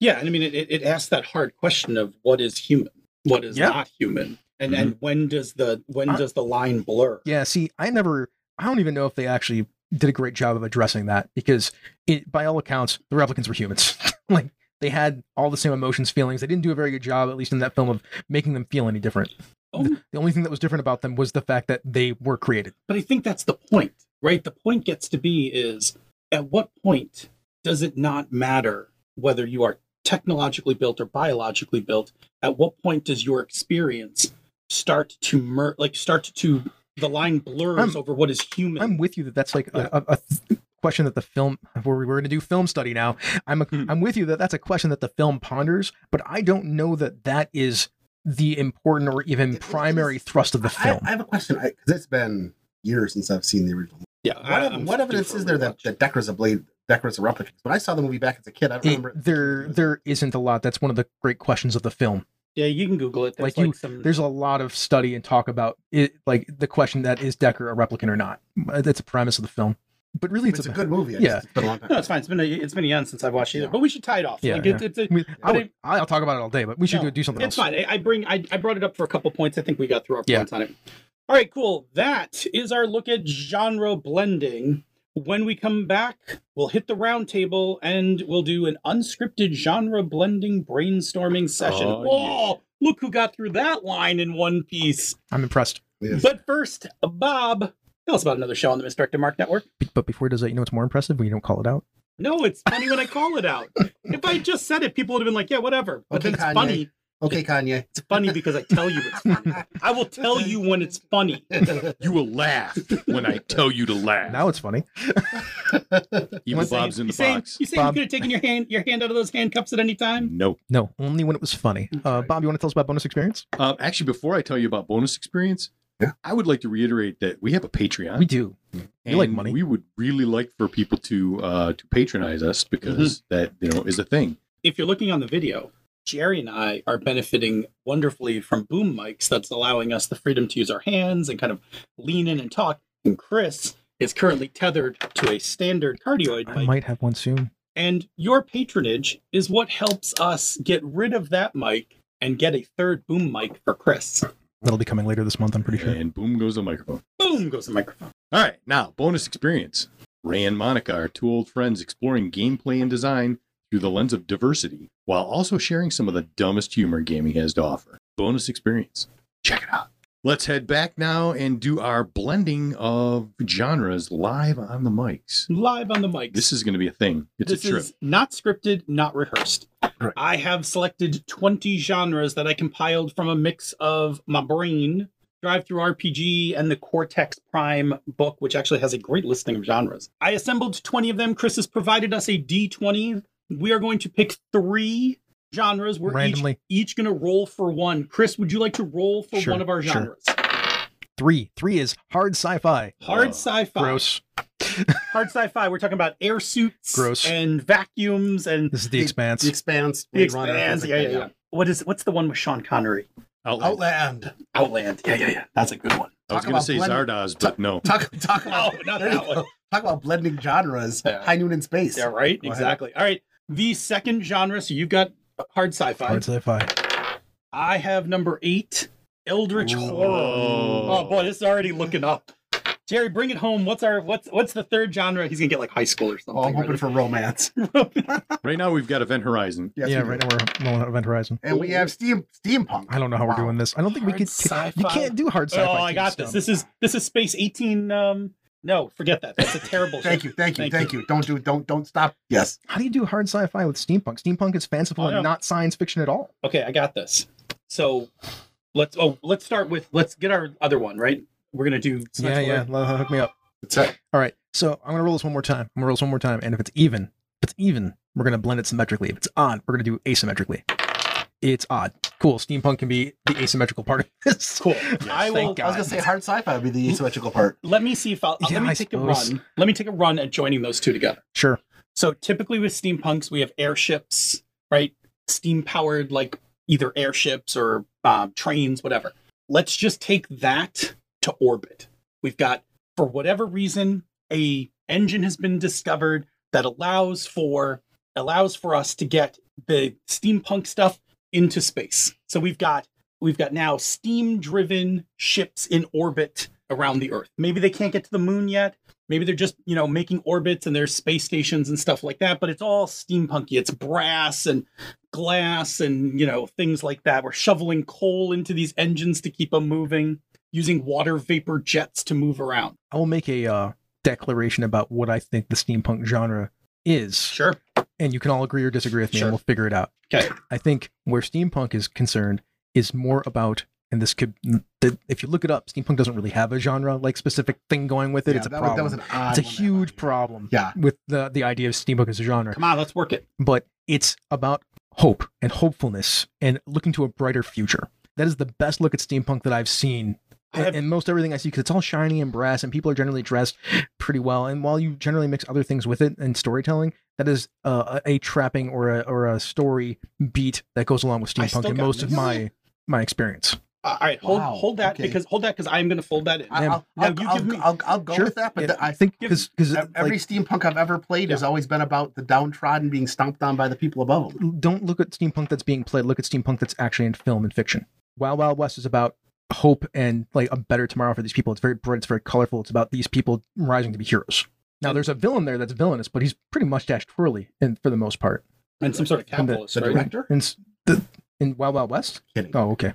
Yeah, and I mean, it, it it asks that hard question of what is human, what is Yeah. Mm-hmm. not human, and and when does the when Uh, does the line blur? yeah see i never i don't even know if they actually did a great job of addressing that because it, by all accounts the replicants were humans like they had all the same emotions feelings they didn't do a very good job at least in that film of making them feel any different Oh, the only thing that was different about them was the fact that they were created But I think that's the point, right? The point gets to be is at what point does it not matter whether you are technologically built or biologically built? At what point does your experience start to mer- like start to the line blurs I'm- over what is human? I'm with you that that's like Yeah. a, a, a th- question that the film where we were going to do film study now. I'm a, Hmm. I'm with you that that's a question that the film ponders, but I don't know that that is the important or even It- it primary is- thrust of the I, film. I have a question because it's been years since I've seen the original. Yeah. What, ev- what evidence is there that, that Deckers a blade, Deckers a replica? When I saw the movie back as a kid, I don't It- remember. it. there there isn't a lot. That's one of the great questions of the film. Yeah, you can Google it. There's Like you- like, Hmm. some. There's a lot of study and talk about it, like the question that is Decker a replicant or not. That's a premise of the film, but really It's, it's, a about- good movie. I yeah. just- It's been a long time. no, it's fine. It's been a, it's been years since I've watched it, Yeah. but we should tie it off. Yeah, like, It's, it's, a- I mean, I but would, I'll talk about it all day, but we should No, do, do something it's else. fine. I, I bring I, I brought it up for a couple points. I think we got through our Yeah. points on it. All right, cool. That is our look at genre blending. When we come back, we'll hit the round table and we'll do an unscripted genre blending brainstorming session. Oh, oh, look who got through that line in one piece. I'm impressed. Yes. But first, Bob, tell us about another show on the Misdirected Mark Network. Be- But before he does that, you know what's more impressive when you don't call it out? No, it's funny when I call it out. If I just said it, people would have been like, yeah, whatever. But Okay, then it's Kanye. funny okay, Kanye. It's funny because I tell you it's funny. I will tell you when it's funny. You will laugh when I tell you to laugh. Now it's funny. Evil One thing- Bob's in You the saying, box. you saying you Bob. could have taken your hand your hand out of those handcuffs at any time? No. No, only when it was funny. Mm. Uh, Bob, you want to tell us about bonus experience? Um, actually, before I tell you about bonus experience, Yeah. I would like to reiterate that we have a Patreon. We do. we like and money. We would really like for people to uh, to patronize us because Mm-hmm. that you know is a thing. If you're looking on the video, Jerry and I are benefiting wonderfully from boom mics that's allowing us the freedom to use our hands and kind of lean in and talk. And Chris is currently tethered to a standard cardioid I mic. might have one soon. And your patronage is what helps us get rid of that mic and get a third boom mic for Chris. That'll be coming later this month, I'm pretty sure. And boom goes the microphone. Boom goes the microphone. All right, now bonus experience. Ray and Monica are two old friends exploring gameplay and design through the lens of diversity, while also sharing some of the dumbest humor gaming has to offer. Bonus experience. Check it out. Let's head back now and do our blending of genres live on the mics. Live on the mics. This is going to be a thing. It's this a trip. is not scripted, not rehearsed. Right. I have selected 20 genres that I compiled from a mix of my brain, Drive Through RPG, and the Cortex Prime book, which actually has a great listing of genres. I assembled 20 of them. Chris has provided us a D20. We are going to pick three genres. We're Randomly. each, each going to roll for one. Chris, would you like to roll for Sure, one of our sure. genres? Three. Three is hard sci fi. Hard Oh, sci fi. Uh, Gross. Hard sci fi. We're talking about air suits Gross. and vacuums and This is The Expanse. The Expanse. The Blade Runner, Expanse, things yeah, like yeah, that, yeah. What is what's the one with Sean Connery? Outland. Outland. Outland. Yeah, yeah, yeah. That's a good one. I Talk was going to about say blending- Zardoz, but no. Talk, talk about Oh, No, Oh, not there that you one. go. Talk about blending genres. Yeah. High noon in space. Yeah, right. Go ahead. exactly. All right. The second genre. So you've got hard sci-fi. Hard sci fi. I have number eight, Eldritch horror. Oh boy, this is already looking up. Jerry, bring it home. What's our what's what's the third genre? He's gonna get like high school or Oh, I'm something. hoping for romance. Right now we've got Event Horizon. Yes, yeah, we do. right now we're rolling out Event Horizon. And we have steam steampunk. I don't know how we're Wow. doing this. I don't think we Hard could. You sci-fi. can't do hard sci oh, fi. I got this. This is this is space eighteen. Um, no, forget that. That's a terrible. Thank you, thank you, thank, you. Don't do, don't, don't stop. Yes. How do you do hard sci fi with steampunk? Steampunk is fanciful I know. and not science fiction at all. Okay, I got this. So let's oh let's start with let's get our other one right. We're gonna do yeah. Hook me up. It's a, All right. So I'm gonna roll this one more time. I'm gonna roll this one more time, and if it's even, if it's even, we're gonna blend it symmetrically. If it's odd, we're gonna do asymmetrically. It's odd. Cool. Steampunk can be the asymmetrical part of this. Cool. I thank will. God. I was gonna say hard sci-fi would be the asymmetrical part. Let me see if I'll. Yeah, let me I take suppose. a run. Let me take a run at joining those two together. Sure. So typically with steampunks, we have airships, right? Steam powered, like either airships or um, trains, whatever. Let's just take that to orbit. We've got, for whatever reason, a engine has been discovered that allows for allows for us to get the steampunk stuff into space. So we've got we've got now steam driven ships in orbit around the Earth. Maybe they can't get to the moon yet maybe they're just you know making orbits and there's space stations and stuff like that but it's all steampunky it's brass and glass and you know things like that we're shoveling coal into these engines to keep them moving using water vapor jets to move around I will make a uh, declaration about what I think the steampunk genre is, sure and you can all agree or disagree with me, Sure. and we'll figure it out. Okay. I think where steampunk is concerned is more about and this could th- if you look it up steampunk doesn't really have a genre like specific thing going with it Yeah, it's a that was- problem that was an it's odd a one, that huge idea. problem Yeah. with the the idea of steampunk as a genre Come on, let's work it. but it's about hope and hopefulness and looking to a brighter future that is the best look at steampunk that i've seen I have- and, and most everything i see because it's all shiny and brass and people are generally dressed pretty well and while you generally mix other things with it and storytelling that is uh, a a trapping or a or a story beat that goes along with I still steampunk in got most of mixed. my my experience All right, hold Wow, hold that okay. because hold that because I'm going to fold that in. I- Yeah. I'll, Now I'll, you I'll, give me- I'll, I'll go with that, but Yeah, th- I think give- because because Ev- Every like, steampunk I've ever played has Yeah. always been about the downtrodden being stomped on by the people above them. don't look at steampunk that's being played. Look at steampunk that's actually in film and fiction. Wild Wild West is about hope and like a better tomorrow for these people. It's very bright. It's very colorful. It's about these people rising to be heroes. Now there's a villain there that's villainous, but he's pretty mustache twirly, and for the most part, and some sort of And the- capitalist, the right? direct- Director? in s- the, in Wild Wild West. Kidding. Oh, okay.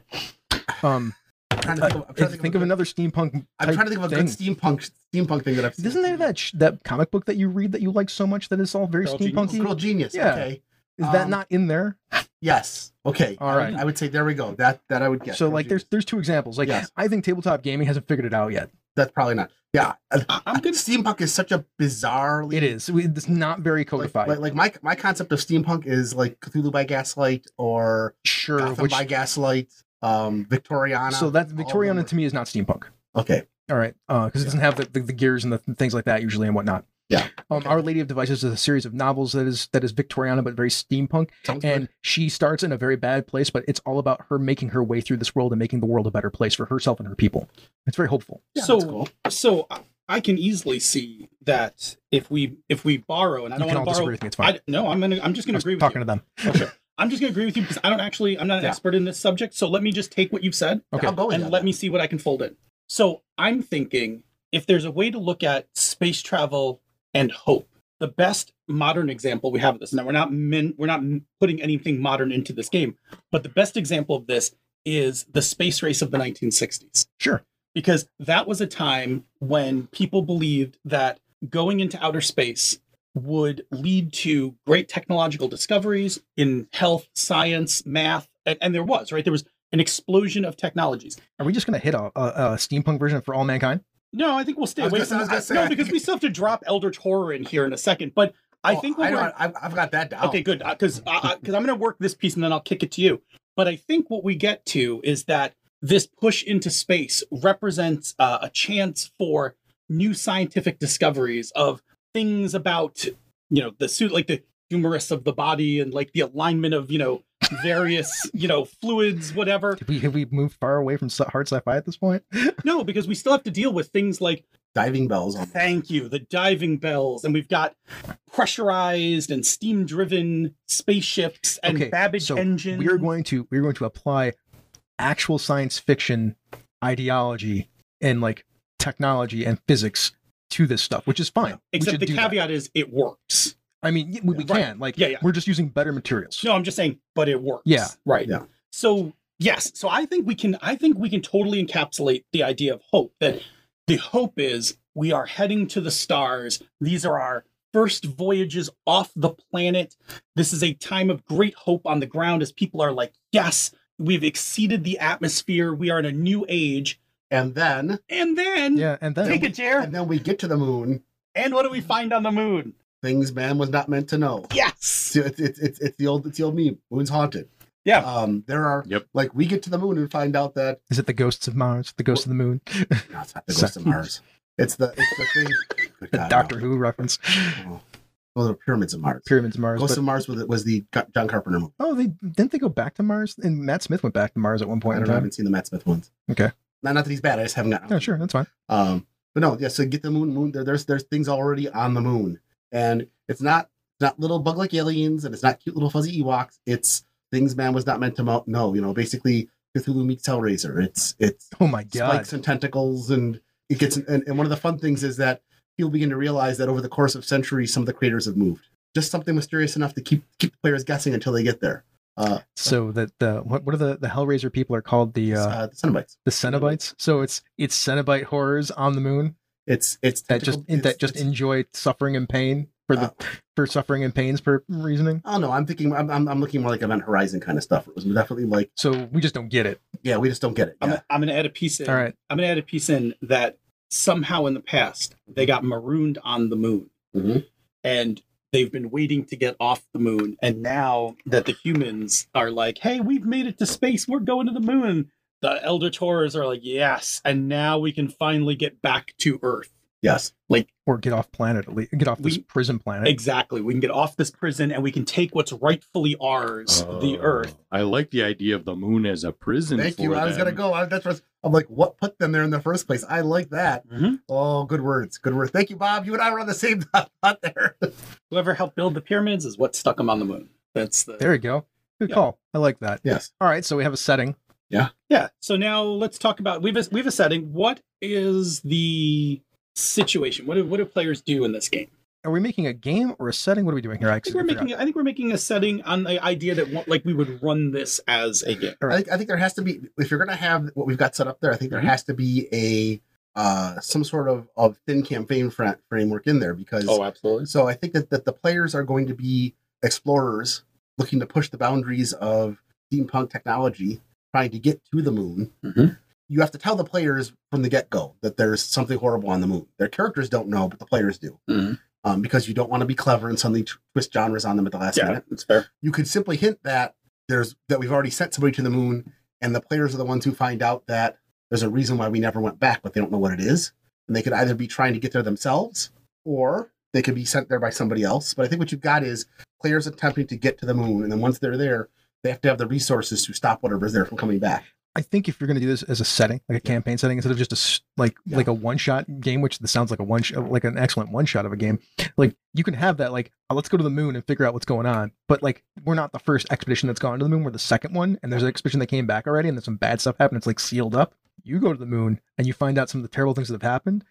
Um, I'm trying to uh, think of, I'm trying think, to of a good- another steampunk. I'm type trying to think of a thing. good steampunk steampunk thing that I've seen. Isn't there that sh- that comic book that you read that you like so much that it's all very Girl Genius. steampunky? Oh, Girl Genius. Yeah. Okay. Is that Um, not in there? Yes. Okay. All right. I would say there we go. That that I would guess. so like, there's there's two examples. Like, Yes. I think tabletop gaming hasn't figured it out yet. that's probably not. Yeah. Uh, I'm going to steampunk is such a bizarrely It is. We- It's not very like, codified. like, like my my concept of steampunk is like Cthulhu by Gaslight or sure. Gotham which, by Gaslight, um Victoriana. so that all of Victoriana them to me is not steampunk. are- Okay. All right, because it doesn't have the, the, the gears and the th- things like that usually and whatnot. Yeah. Um, Okay. Our Lady of Devices is a series of novels that is that is Victoriana but very steampunk, Sounds good. and she starts in a very bad place, but it's all about her making her way through this world and making the world a better place for herself and her people. It's very hopeful. Yeah, so that's cool. so I- I can easily see that if we if we borrow and I you don't can all want to disagree borrow. with me. It's fine. I, no, I'm gonna. I'm just I gonna was agree with talking you. to them. I'm just gonna agree with you because I don't actually. I'm not an Yeah. Oh, expert in this subject. So let me just take what you've said Okay. I'll go with and that. let me see what I can fold in. So I'm thinking if there's a way to look at space travel and hope, the best modern example we have of this. Now we're not min, we're not m- putting anything modern into this game, but the best example of this is the space race of the 1960s Sure. because that was a time when people believed that going into outer space would lead to great technological discoveries in health, science, math, and, and there was right there was an explosion of technologies. Are we just gonna hit a, a, a steampunk version for all mankind? No, I think we'll stay I was away gonna- from I this. was guy- No, gonna say- because we still have to drop Elder Horror in here in a second. But I Oh, think what I we're don't- I've, I've got that down. Okay, good. Uh, Because because I'm going to work this piece and then I'll kick it to you. But I think what we get to is that this push into space represents uh, a chance for new scientific discoveries of things about you know the suit like the humerus of the body and like the alignment of you know various you know fluids whatever Have we, have we moved far away from s- hard sci-fi at this point? no because we still have to deal with things like Diving bells. On. Thank you. The diving bells, and we've got pressurized and steam-driven spaceships and Okay, Babbage so engines. we are going to we are going to apply actual science fiction ideology and like technology and physics to this stuff, which is fine. We Except should the do that. caveat is it works. I mean, y- we, we Yeah, right. can like Yeah, yeah. we're just using better materials. No, I'm just saying, but it works. Yeah. Right. Yeah. So yes, so I think we can. I think we can totally encapsulate the idea of hope. That the hope is we are heading to the stars. These are our first voyages off the planet. This is a time of great hope on the ground as people are like, yes, we've exceeded the atmosphere. We are in a new age. And then And then Yeah, and then take a chair. and then we get to the moon. And what do we find on the moon? Things man was not meant to know. It's, Yes. it's, it's, it's, it's the old it's the old meme. Moon's haunted. Yeah. Um. There are Yep. like we get to the moon and find out that is it the ghosts of Mars, the ghosts of the moon, no, it's not the ghost of Mars. It's the it's the thing. Good the God, Doctor no. Who reference, Oh. Well, the pyramids of Mars. pyramids of Mars? Ghost but- of Mars was, was the Gu- John Carpenter movie. oh, they didn't they go back to Mars? And Matt Smith went back to Mars at one I point. don't in know. I time. haven't seen the Matt Smith ones. Okay. Not, not that he's bad. I just haven't gotten. Yeah, sure, that's fine. Um, but no, yeah. So get the moon. Moon. There, there's there's things already on the moon, and it's not it's not little bug like aliens, and it's not cute little fuzzy Ewoks. It's things man was not meant to mo- know. You know, basically Cthulhu meets Hellraiser. It's it's Oh my god, spikes and tentacles, and it gets. And, and one of the fun things is that people begin to realize that over the course of centuries, some of the creators have moved. Just something mysterious enough to keep keep the players guessing until they get there. Uh, so that the what what are the the Hellraiser people are called the uh, uh, the Cenobites. the Cenobites? So it's it's Cenobite horrors on the moon. It's it's that just tentacle- that it's- just it's- Ah. enjoy suffering and pain for the Uh, for suffering and pains per reasoning. Oh no, I'm thinking I'm, I'm, I'm looking more like Event Horizon kind of stuff. It was definitely like, So we just don't get it. yeah, we just don't get it. I'm, Yeah. I'm gonna add a piece in. All right. I'm gonna add a piece in that somehow in the past they got marooned on the moon, Mhm. and they've been waiting to get off the moon. And now that the humans are like, "Hey, we've made it to space. We're going to the moon." The Elder Taurus are like, "Yes," and now we can finally get back to Earth. Yes. Or get off planet at least. Get off this We- prison planet. Exactly. We can get off this prison, and we can take what's rightfully ours, the Oh, Earth. I like the idea of the moon as a prison. Thank for you. I was them. gonna go. I, that's what I'm like. What put them there in the first place? I like that. Mhm. Oh, good words. Good words. Thank you, Bob. You and I were on the same dot dot there. Whoever helped build the pyramids is what stuck them on the moon. That's the There you go. Good Yeah. call. I like that. Yes. All right. So we have a setting. Yeah. So now let's talk about we've a, we've a setting. What is the situation? What do, what do players do in this game? Are we making a game or a setting? What are we doing here? I think we're making I think we're making a setting on the idea that what- like we would run this as a game. I think, I think there has to be if you're gonna have what we've got set up there. I think there Mhm. has to be a uh some sort of of thin campaign fra- framework in there because Oh, absolutely. So I think that, that the players are going to be explorers looking to push the boundaries of steampunk technology, trying to get to the moon. Mhm. You have to tell the players from the get go that there's something horrible on the moon. Their characters don't know, but the players do. Mhm. Um, because you don't want to be clever and suddenly tw- twist genres on them at the last Yeah, minute. that's fair. You could simply hint that there's that we've already sent somebody to the moon, and the players are the ones who find out that there's a reason why we never went back, but they don't know what it is. And they could either be trying to get there themselves, or they could be sent there by somebody else. But I think what you've got is players attempting to get to the moon, and then once they're there, they have to have the resources to stop whatever's there from coming back. I think if you're going to do this as a setting, like a campaign setting, instead of just a s- like Yeah. like a one shot game, which this sounds like a one sh- like an excellent one shot of a game, like you can have that like oh, let's go to the moon and figure out what's going on. But like we're not the first expedition that's gone to the moon; we're the second one, and there's an expedition that came back already, and there's some bad stuff happened. It's like sealed up. You go to the moon and you find out some of the terrible things that have happened,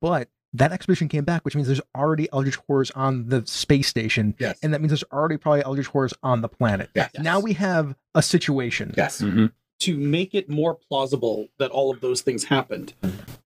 but that expedition came back, which means there's already Eldritch horrors on the space station, Yes. and that means there's already probably Eldritch horrors on the planet. Yes. Now we have a situation. Yes. Mhm. To make it more plausible that all of those things happened,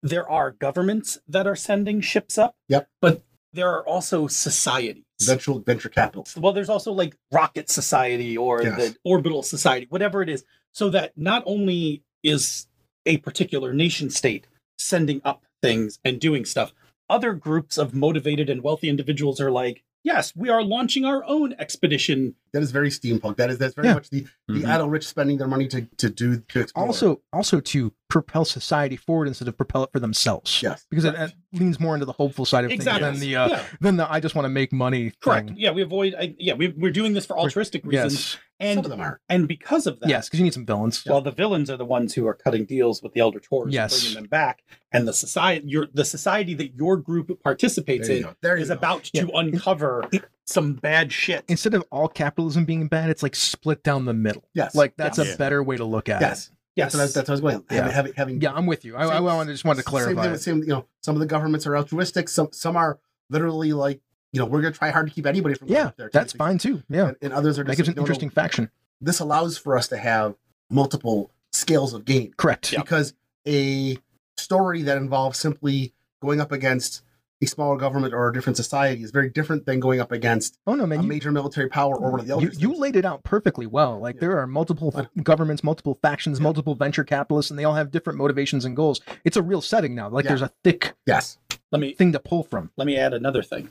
there are governments that are sending ships up. Yep. But there are also societies. Eventual venture capital. well there's also like rocket society or Yes. the orbital society whatever it is so that not only is a particular nation state sending up things and doing stuff other groups of motivated and wealthy individuals are like yes we are launching our own expedition That is very steampunk. That is that's very Yeah. much the Mhm. the adult rich spending their money to to do to explore. also also to propel society forward instead of propel it for themselves yes. because it, it leans more into the hopeful side of exactly things than the uh, yeah. than the i just want to make money correct thing. yeah we avoid I, yeah we, we're doing this for altruistic reasons yes Some of and them are. and because of that yes because you need some villains Well, the villains are the ones who are cutting deals with the Elder Taurus, and Yes. bringing them back, and the society, your the society that your group participates There you in, go. There you is go. about Yeah. to uncover some bad shit. instead of all capitalism being bad it's like split down the middle Yes. like that's Yeah. a better way to look at yes. yes, So that's, that's what I was going. Yeah. Having, having, having it yeah i'm with you i, I Same- wanted, just wanted to Same, clarify thing with- it. same, you know, some of the governments are altruistic. Some some are literally like, you know, we're going to try hard to keep anybody from going yeah up there. that's fine too yeah And, and others are that just gives like, an no, no, interesting faction This allows for us to have multiple scales of game correct because a story that involves simply going up against a smaller government or a different society is very different than going up against oh no a man you, major military power or one of the you, elders. you laid it out perfectly well. Like Yeah. there are multiple I know. governments, multiple factions, Yeah. multiple venture capitalists, and they all have different motivations and goals. It's a real setting now. Like Yeah. there's a thick yes. let me thing to pull from. let me add another thing.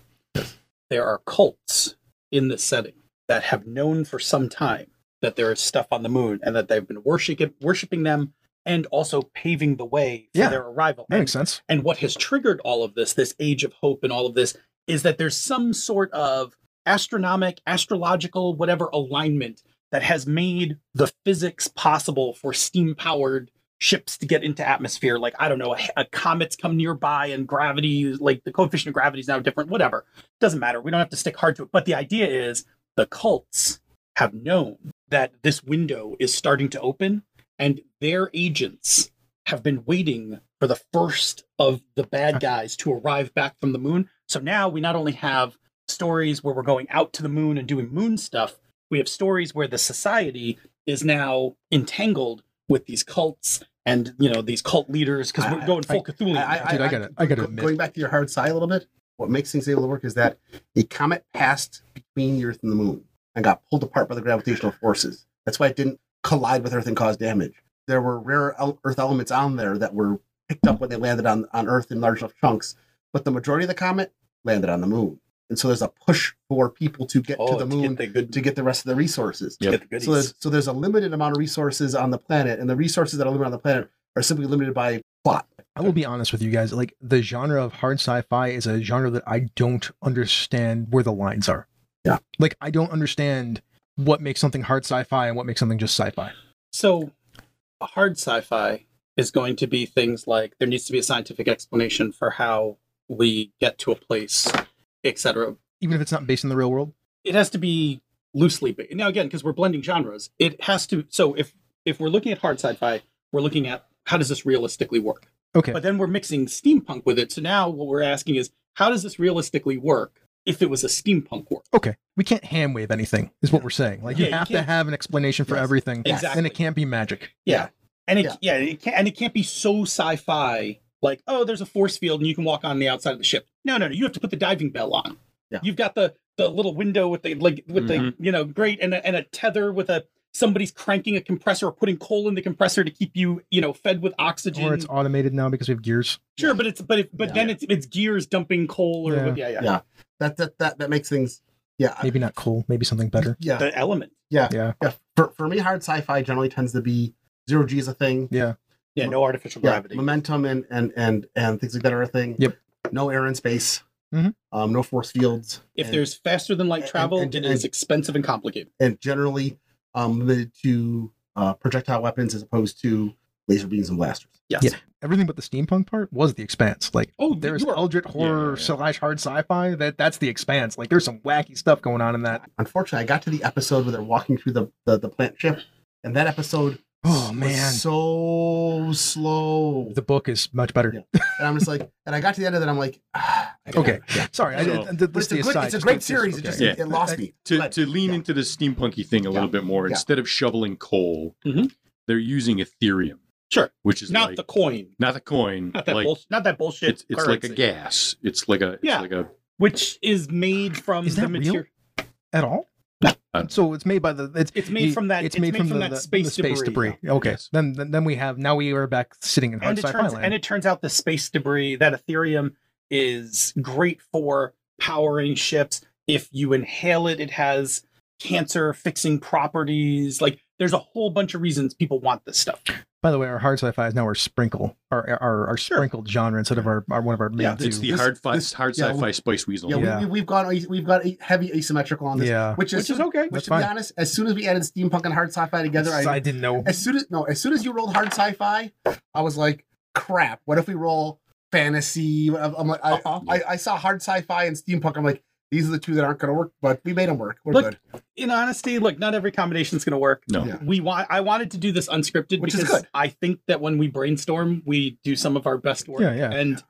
There are cults in this setting that have known for some time that there is stuff on the moon and that they've been worshiping worshiping them and also paving the way for Yeah. their arrival. That And makes sense. And what has triggered all of this, this age of hope and all of this, is that there's some sort of astronomic, astrological, whatever alignment that has made the physics possible for steam powered ships to get into atmosphere. Like, I don't know, a, a comet's come nearby and gravity, like the coefficient of gravity is now different, whatever. Doesn't matter. We don't have to stick hard to it. But the idea is the cults have known that this window is starting to open and their agents have been waiting for the first of the bad guys to arrive back from the moon. So now we not only have stories where we're going out to the moon and doing moon stuff, we have stories where the society is now entangled with these cults and you know these cult leaders because we're I- going full I, Cthulhu. I, Dude, I gotta- I gotta admit- Going back to your hard side a little bit, What makes things able to work is that a comet passed between the Earth and the Moon and got pulled apart by the gravitational forces. That's why it didn't collide with Earth and cause damage. There were rare el- Earth elements on there that were picked up when they landed on, on Earth in large enough chunks, but the majority of the comet landed on the Moon. And so there's a push for people to get Oh, to the moon get the good, to get the rest of the resources. Yeah. get the goodies. So there's, so there's a limited amount of resources on the planet, and the resources that are limited on the planet are simply limited by plot. I will be honest with you guys. Like the genre of hard sci-fi is a genre that I don't understand where the lines are. Yeah. Like I don't understand what makes something hard sci-fi and what makes something just sci-fi. So, hard sci fi is going to be things like there needs to be a scientific explanation for how we get to a place, etc. Even if it's not based in the real world. It has to be loosely based. Now, again, because we're blending genres, it has to. So, if if we're looking at hard sci fi, we're looking at how does this realistically work? Okay. But then we're mixing steampunk with it. So now what we're asking is how does this realistically work if it was a steampunk work? okay. We can't hand wave anything, is what we're saying. Like Yeah, you you have to can't- have an explanation for Yes. everything. Yes. And it can't be magic. And it yeah, it can't and it can't be so sci-fi like, oh, there's a force field and you can walk on the outside of the ship. No, no, no. You have to put the diving bell on. Yeah. You've got the the little window with the like with Mm-hmm. the you know grate and a, and a tether with a somebody's cranking a compressor or putting coal in the compressor to keep you you know fed with oxygen. Or it's automated now because we have gears. sure, but it's but it, but Yeah. then it's it's gears dumping coal or Yeah. yeah yeah, Yeah. That that that, that makes things, yeah, I- Maybe not coal, maybe something better. yeah, the element. Yeah. yeah. For for me, hard sci-fi generally tends to be zero G is a thing. Yeah. Yeah, no artificial Yeah, gravity. momentum and and and and things like that are a thing. Yep. No air and space. Mhm. Um, no force fields. If and- there's faster than light and- travel, and- it is and- expensive and complicated. and generally um, limited to uh, projectile weapons as opposed to laser beams and blasters. Yes. Yeah. Everything but the steampunk part was the expanse. Like Oh, there is you are- eldritch horror yeah. slash hard sci-fi. That that's the expanse. Like there's some wacky stuff going on in that. Unfortunately, I got to the episode where they're walking through the the, the plant ship, and that episode Oh was man, so slow. the book is much better. Yeah. and I'm just like, and I got to the end of it, I'm like, ah, I gotta- Okay. yeah. Sorry, I So- did, th- But this it's a is good, aside, it's a just- great series. It just okay. it lost me. to, But- to lean yeah. into the steampunky thing a little Yeah. bit more Yeah. instead of shoveling coal Mhm. they're using ethereum Sure. which is Not like- the coin. not the coin Not that like bullshit. Not that bullshit. it's, it's like a currency. gas it's like a it's Yeah. like a which is made from Is the that real? material. at all. I don't So it's made by the it's, It's made from that- it's made from that space debris. Okay, Yes. then, then then we have now we are back sitting in hard And it sci-fi turns land. and it turns out the space debris that Ethereum is great for powering ships. If you inhale it, it has cancer fixing properties. Like there's a whole bunch of reasons people want this stuff. by the way, our hard sci-fi is now our sprinkle, our our, our sprinkled genre instead of our, our one of our main Yeah, two. it's the this- hard fi- this- hard yeah, sci-fi space weasel yeah, Yeah. We, we, we've gone we've got a heavy asymmetrical on this, yeah. which is Which is okay. Which, That's to fine. be honest, as soon as we added steampunk and hard sci-fi together, I, I, didn't know. as soon as no, as soon as you rolled hard sci-fi, I was like, crap. What if we roll fantasy? I'm I'm like, I, Uh-huh. I, I saw hard sci-fi and steampunk. I'm like, these are the two that aren't going to work, but we made them work. We're Look, good, In honesty, look, not every combination's going to work. no Yeah. We want. I wanted to do this unscripted Which is because good. I think that when we brainstorm, we do some of our best work. Yeah, yeah. And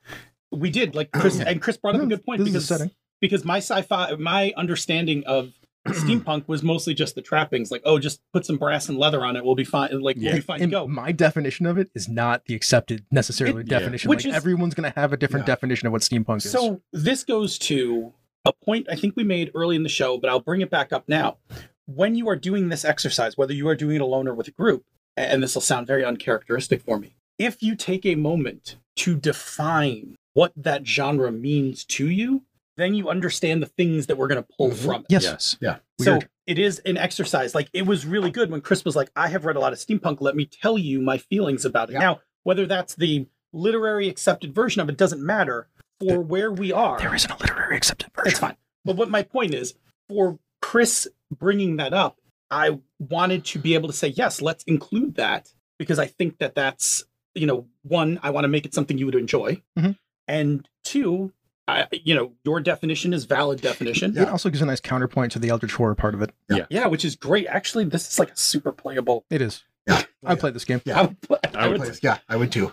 we did. Like Chris and Chris brought up a good point This because is the setting. because my sci-fi my understanding of steampunk was mostly just the trappings like oh just put some brass and leather on it we'll be fine like we'll Yeah. be fine to And go my definition of it is not the accepted necessarily It- yeah. definition. Which like is- everyone's going to have a different Yeah. definition of what steampunk is. so this goes to a point i think we made early in the show but i'll bring it back up now when you are doing this exercise whether you are doing it alone or with a group and this will sound very uncharacteristic for me if you take a moment to define what that genre means to you then you understand the things that we're going to pull from it. yes, yes So Weird. it is an exercise. Like it was really good when Chris was like, I have read a lot of steampunk. Let me tell you my feelings about it. Yeah. Now, whether that's the literary accepted version of it doesn't matter for There- where we are. there isn't a literary accepted version. it's fine. But what my point is for Chris bringing that up, I wanted to be able to say, yes, let's include that because I think that that's, you know, one, I want to make it something you would enjoy. Mhm. And two, I, you know, your definition is valid definition. It also gives a nice counterpoint to the Eldritch Horror part of it. Yeah, which is great. Actually, this is like a super playable. It is. Yeah. I played this game. Yeah. I would, pl- I I would- would- Place- yeah, I would too.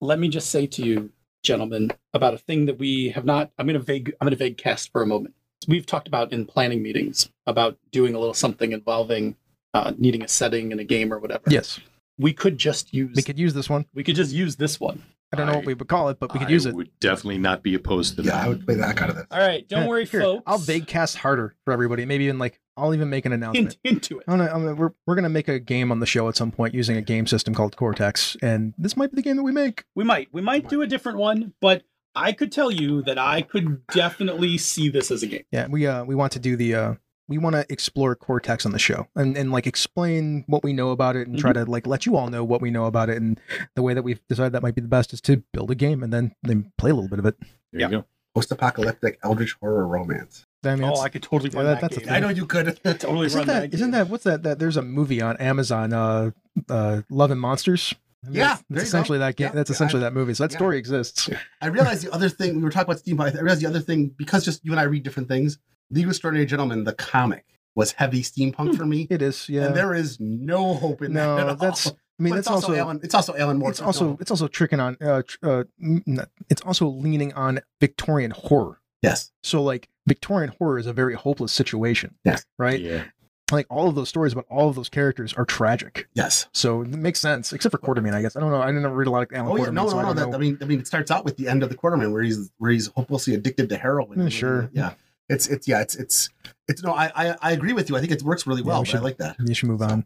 let me just say to you, gentlemen, about a thing that we have not. I'm going to vague. I'm going to vague cast for a moment. We've talked about in planning meetings about doing a little something involving uh, needing a setting in a game or whatever. Yes, we could just use. we could use this one. we could just use this one. I don't know what I- we would call it, but we could I use it. would definitely not be opposed to Yeah, I that. would play the heck out of this. All right, don't Uh, worry, here, folks. I'll vague cast harder for everybody. Maybe even like I'll even make an announcement. hint into it. Oh, I don't know, I'm, we're we're gonna make a game on the show at some point using a game system called Cortex, and this might be the game that we make. We might, we might do a different one, but I could tell you that I could definitely see this as a game. Yeah, we uh we want to do the uh we want to explore Cortex on the show and and like explain what we know about it and try Mm-hmm. to like let you all know what we know about it and the way that we've decided that might be the best is to build a game and then then play a little bit of it. There Yeah. you go. Post-apocalyptic eldritch horror romance. I mean, oh, it's- I could totally yeah, run that- that, that's a game. thing. I I know know you could. totally isn't run that, that. game. isn't that what's that that there's a movie on Amazon uh uh Love and Monsters. I mean, Yeah, that's- there you that's go. essentially that game. Yeah, that's yeah, essentially that movie. So that yeah. story exists. I realized the other thing we were talking about Steam. I realized the other thing because just you and I read different things. League of Extraordinary Gentlemen, the comic, was heavy steampunk for me, It is, yeah. and there is no hope in that. At no, all. that's. I But mean, it's that's also, also. Alan. It's also Alan Moore. it's so no also hope. it's also tricking on. Uh, tr- uh, m- not- it's also leaning on Victorian horror. yes. So like Victorian horror is a very hopeless situation. Yes. Right. Yeah. Like all of those stories about all of those characters are tragic. Yes. So it makes sense, except for Quartermain, I guess. I don't know. I didn't read a lot of Alan Oh yeah, Quartermain, no, so no, I no. don't That, know. I mean, I mean, it starts out with the end of the Quarterman, where he's where he's hopelessly addicted to heroin. Yeah, sure. yeah. It's it's yeah, it's it's it's no. I I, I agree with you. I think it works really Yeah, well. we but I should- like that. you should move on.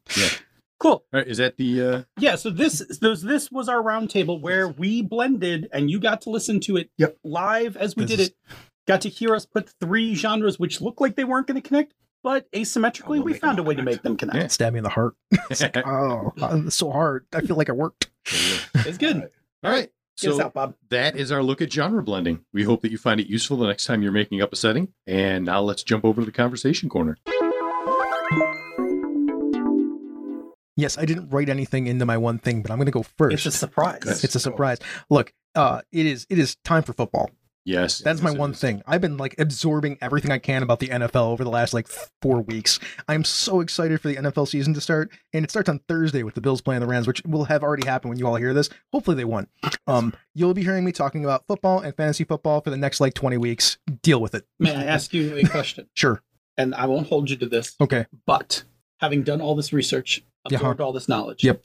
cool? All right. Is that the? Uh, Yeah, so this those this was our roundtable where we blended and you got to listen to it Yep. live as we This did is- it. Got to hear us put three genres which looked like they weren't going to connect, but asymmetrically Oh, we'll we make found a them way to connect. make them connect. Stab me in the heart. Oh, it's so hard. I feel like I worked. It's good. Get All right. us So out, Bob. that is our look at genre blending. We hope that you find it useful the next time you're making up a setting. And now let's jump over to the conversation corner. Yes, I didn't write anything into my one thing, but I'm going to go first. It's a surprise. Yes. It's a surprise. Look, uh, it is it is time for football. Yes. That's my yes, it one is. thing. I've been like absorbing everything I can about the NFL over the last like four weeks. I'm so excited for the NFL season to start, and it starts on Thursday with the Bills playing the Rams, which will have already happened when you all hear this. Hopefully, they won. Um, you'll be hearing me talking about football and fantasy football for the next like 20 weeks. Deal with it. May I ask you a question? Sure. And I won't hold you to this, Okay. but having done all this research, Yeah. absorbed all this knowledge. Yep.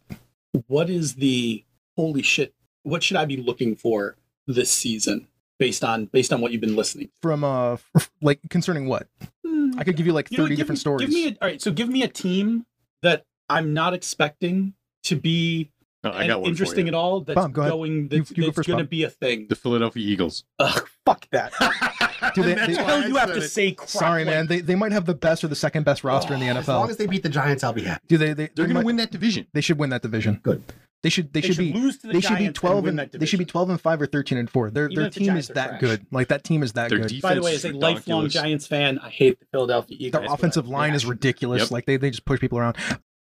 What is the holy shit? What should I be looking for this season based on based on what you've been listening? From uh, like concerning what Hmm, I could give you like 30 You know, give different me- stories. Give me a, all right. So give me a team that I'm not expecting to be Oh, I an- got one. interesting for you. at all. That's Bob, go ahead. going. You- That's, you go that's first, going to Bob. be a thing. The Philadelphia Eagles. Ugh, fuck that. Do they- That's they- why you I have said to it. say crap. Sorry, like- man. They, they might have the best or the second best roster in the Oh, As long NFL. as they beat the Giants, I'll be happy. Do they? they They're they going might- to win that division. They should win that division. Good. They should. They, They should, be. lose to the they should be Giants and 12 win and, that they should be division. 12 and 5 or 13 and 4 their, Even their if the team Giants is are that trash. good like that team is that Their good defense By the way, as is a lifelong ridiculous. Giants fan, I hate the Philadelphia Eagles. their but I- offensive line is ridiculous Yep. like they, they just push people around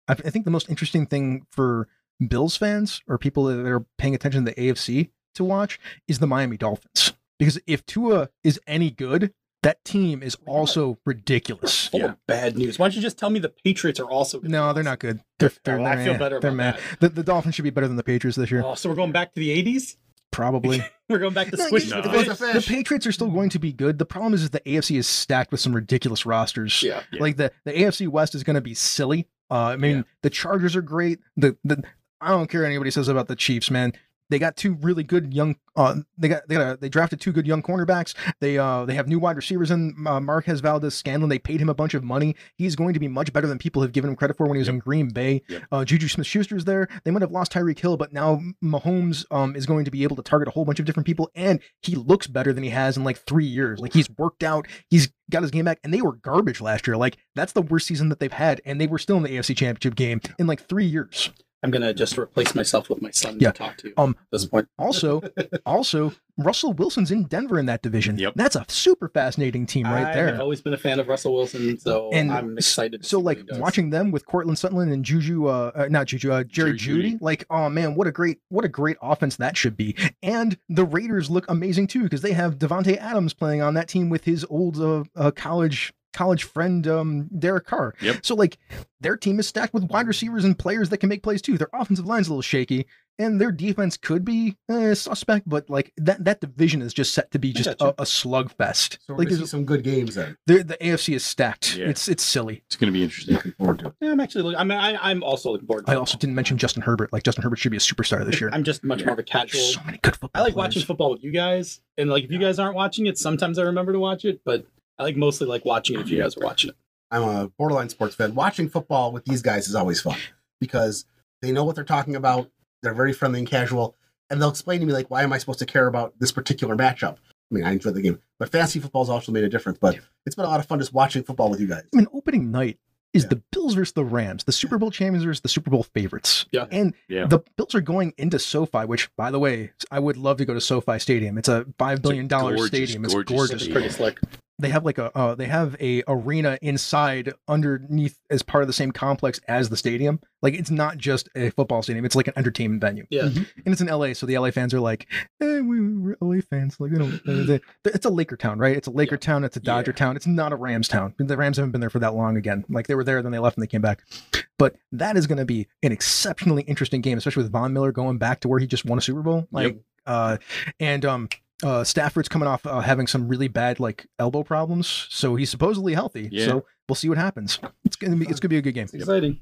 I, I think the most interesting thing for bills fans or people that are paying attention to the afc to watch is the miami dolphins because if tua is any good that team is also ridiculous Full of bad news. Why don't you just tell me the Patriots are also? gonna no be they're awesome? not good they're, they're, Well, I they're feel meh. better they're about meh. that. The, the dolphins should be better than the patriots this year Oh, so we're going back to the '80s. probably We're going back to No, squish. you- the it was fish? a the Fish. Patriots are still going to be good. The problem is, is the AFC is stacked with some ridiculous rosters. Yeah. Yeah. Like the, the AFC West is going to be silly. Uh, I mean, Yeah. the Chargers are great. The, the I don't care what anybody says about the Chiefs, man. They got two really good young. Uh, they got they got a, they drafted two good young cornerbacks. They uh they have new wide receivers in uh, Marquez Valdez Scanlon. They paid him a bunch of money. He's going to be much better than people have given him credit for when he was in Green Bay. Yep. Uh, Juju Smith Schuster's there. They might have lost Tyreek Hill, but now Mahomes um is going to be able to target a whole bunch of different people, and he looks better than he has in like three years. Like he's worked out. He's got his game back, and they were garbage last year. Like that's the worst season that they've had, and they were still in the AFC Championship game in like three years. I'm gonna just replace myself with my son Yeah. to talk to you. Um, at this point, Also, also Russell Wilson's in Denver in that division. Yep. That's a super fascinating team right I there. have always been a fan of Russell Wilson, so And I'm s- excited. to So see what like he does. watching them with Cortland Sutton and Juju, uh, uh, not Juju, uh, Jerry Jerry Judy, Jeudy. Like, oh man, what a great, what a great offense that should be. And the Raiders look amazing too because they have Devonte Adams playing on that team with his old uh, uh, college college friend um, Derek Carr. Yep. So like, their team is stacked with wide receivers and players that can make plays too. Their offensive line's a little shaky. and their defense could be eh, suspect, but like that that division is just set to be just gotcha. a, a slugfest. So we're like gonna see there's- some good games then. the the AFC is stacked. Yeah. It's it's silly. It's going to be interesting. Looking forward to it. Yeah, I'm actually. Look, I'm. I, I'm also looking forward. To I also didn't mention Justin Herbert. Like Justin Herbert should be a superstar this year. I'm just much more of a casual. There's so many good football. I like players. watching football with you guys, and like if you guys aren't watching it, sometimes I remember to watch it, but I like mostly like watching it if you guys are watching it. I'm a borderline sports fan. Watching football with these guys is always fun because they know what they're talking about. They're very friendly and casual, and they'll explain to me like, "Why am I supposed to care about this particular matchup?" I mean, I enjoy the game, but fantasy football's also made a difference. But it's been a lot of fun just watching football with you guys. I mean, opening night is Yeah. the Bills versus the Rams. The Super Bowl champions versus the Super Bowl favorites. Yeah. And Yeah. the Bills are going into SoFi, which, by the way, I would love to go to SoFi Stadium. It's a five billion dollar gorgeous, stadium. It's gorgeous gorgeous. stadium. Pretty slick. They have like a uh, they have a arena inside underneath as part of the same complex as the stadium. Like it's not just a football stadium. It's like an entertainment venue. Yeah. And it's in LA, so the LA fans are like, eh, we, we're LA fans. Like we don't. uh, they- it's a Laker town, right? It's a Laker town. It's a Dodger town. It's not a Rams town. The Rams haven't been there for that long again. Like they were there, then they left, and they came back. But that is going to be an exceptionally interesting game, especially with Von Miller going back to where he just won a Super Bowl. Like, uh, and um, uh, Stafford's coming off uh, having some really bad like elbow problems, so he's supposedly healthy. Yeah. So we'll see what happens. It's gonna be it's gonna be a good game. Exciting.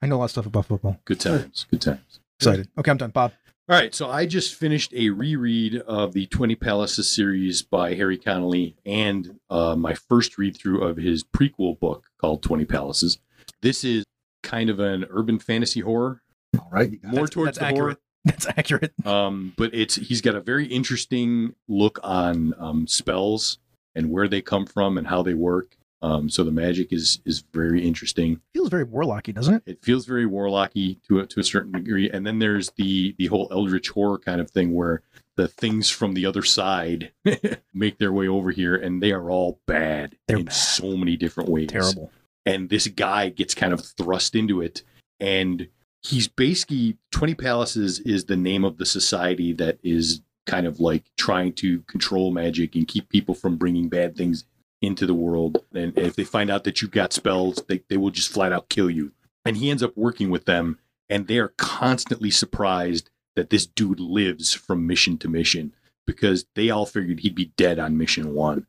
I know a lot of stuff about football. Good times. Good times. Excited. Okay, I'm done. Bob. All right, so I just finished a reread of the 20 Palaces series by Harry Connolly and uh, my first read through of his prequel book called 20 Palaces. This is kind of an urban fantasy horror, All right, you guys. more That's- towards that's the accurate. That's accurate. horror, um, but it's he's got a very interesting look on um, spells and where they come from and how they work. Um, so the magic is is very interesting. Feels very warlocky, doesn't it? it feels very warlocky to a, to a certain degree and then there's the the whole eldritch horror kind of thing where the things from the other side make their way over here and they are all bad They're in bad. so many different ways Terrible. and this guy gets kind of thrust into it and he's basically 20 palaces is the name of the society that is kind of like trying to control magic and keep people from bringing bad things into the world and if they find out that you've got spells they, they will just flat out kill you and he ends up working with them and they are constantly surprised that this dude lives from mission to mission because they all figured he'd be dead on mission one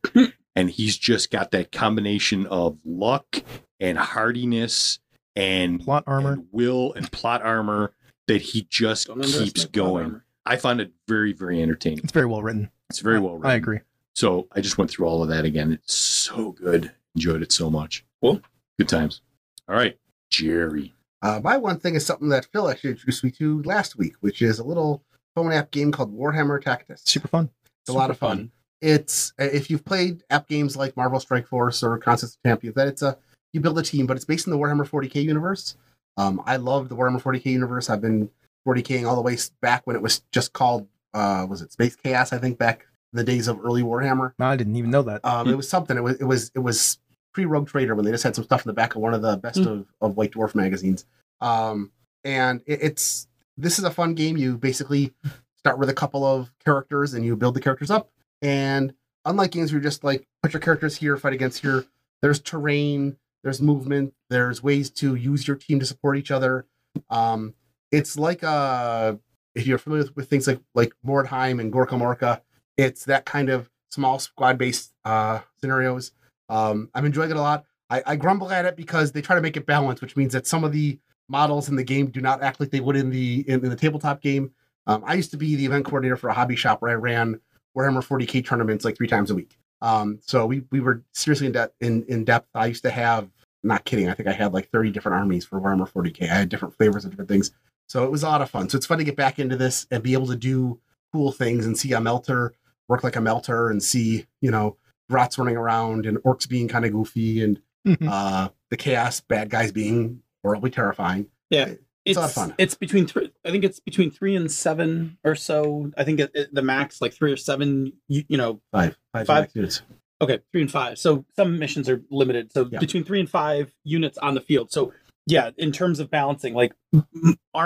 and he's just got that combination of luck and hardiness and Plot armor. and will and plot armor that he just Don't underestimate keeps plot going. armor. I found it very, very entertaining. It's very well written. It's very well written. I agree. So I just went through all of that again. It's so good. Enjoyed it so much. Cool. Good times. All right, Jerry. Uh, my one thing is something that Phil actually introduced me to last week, which is a little phone app game called Warhammer Tactics. Super fun. It's a lot of fun. It's uh, if you've played app games like Marvel Strike Force or Constance of Champions, that it's a you build a team, but it's based in the Warhammer 40k universe. Um, I love the Warhammer 40k universe. I've been 40k'ing all the way back when it was just called uh, was it Space Chaos? I think back in the days of early Warhammer. I didn't even know that. Um, It was something. It was it was it was pre Rogue Trader when they just had some stuff in the back of one of the best Hmm. of, of White Dwarf magazines. Um, and it, it's this is a fun game. You basically start with a couple of characters and you build the characters up. And unlike games where you just like put your characters here, fight against here, there's terrain, there's movement, there's ways to use your team to support each other. Um, it's like uh, if you're familiar with, with things like like Mordheim and Gorka Morka, it's that kind of small squad based uh, scenarios. Um, I'm enjoying it a lot. I, I grumble at it because they try to make it balanced, which means that some of the models in the game do not act like they would in the in, in the tabletop game. Um, I used to be the event coordinator for a hobby shop where I ran Warhammer 40k tournaments like three times a week. Um, so we we were seriously in depth. In, in depth, I used to have not kidding. I think I had like 30 different armies for Warhammer 40k. I had different flavors of different things. So it was a lot of fun. So it's fun to get back into this and be able to do cool things and see a melter work like a melter and see, you know, rats running around and orcs being kind of goofy and Mhm. uh, the chaos bad guys being horribly terrifying. It's It's a lot of fun. It's between three. I think it's between three and seven or so. I think it, it- the max like three or seven. You, you know, Five, five, Five. max units. Okay, three and five. So some missions are limited. So Yeah. between three and five units on the field. So yeah, in terms of balancing, like m-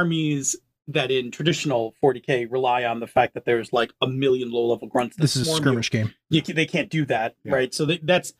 armies that in traditional 40k rely on the fact that there's like a million low level grunts. That this is a swarm you. skirmish game. You, ca- they can't do that, Yeah. right? So th- that's.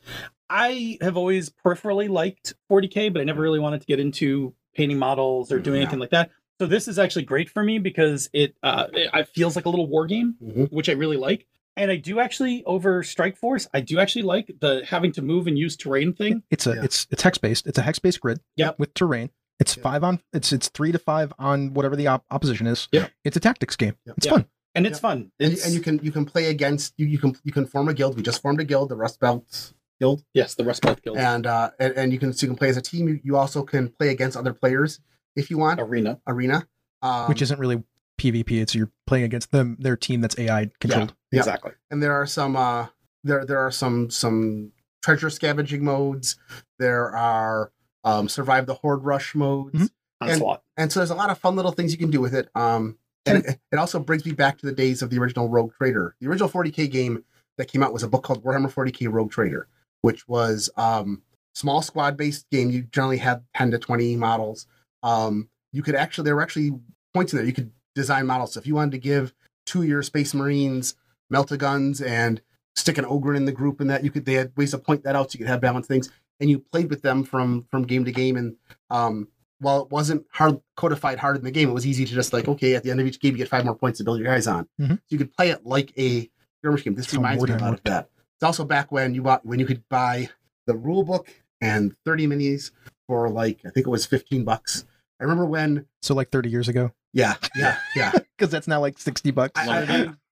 I have always peripherally liked 40k, but I never really wanted to get into painting models or doing Mm, Yeah. anything like that. So this is actually great for me because it uh, it it feels like a little war game, Mhm. which I really like. And I do actually over Strike Force, I do actually like the having to move and use terrain thing. It's a Yeah. it's it's hex based. It's a hex based grid. Yep. With terrain. It's Yep. five on. It's it's three to five on whatever the op- opposition is. Yep. It's a tactics game. Yep. It's Yeah. fun. And it's Yeah. fun. And, It's, and you can you can play against you, you can you can form a guild. We just formed a guild, the Rust Belt Guild, yes, the Rust Belt Guild and uh, and, and you can so you can play as a team. You, you also can play against other players if you want arena. arena, um, which isn't really PvP. It's you're playing against them their team that's AI controlled. Yeah. Exactly. and there are some uh there there are some some treasure scavenging modes there are um survive the horde rush modes Mhm. Onslaught. and so there's a lot of fun little things you can do with it um and it, it also brings me back to the days of the original rogue trader the original 40k game that came out was a book called warhammer 40k rogue trader which was um small squad based game you generally had 10 to 20 models um you could actually there were actually points in there you could design models so if you wanted to give two of your space marines melta guns and stick an ogre in the group and that you could they had ways to point that out so you could have balanced things and you played with them from from game to game and um while it wasn't hard codified hard in the game it was easy to just like okay at the end of each game you get five more points to build your guys on Mhm. so you could play it like a skirmish game this That's how reminds me a Mordheim lot of worked. that it's also back when you bought when you could buy the rule book and 30 minis for like i think it was 15 bucks i remember when So like 30 years ago, yeah yeah yeah because that's now like 60 bucks. I- I-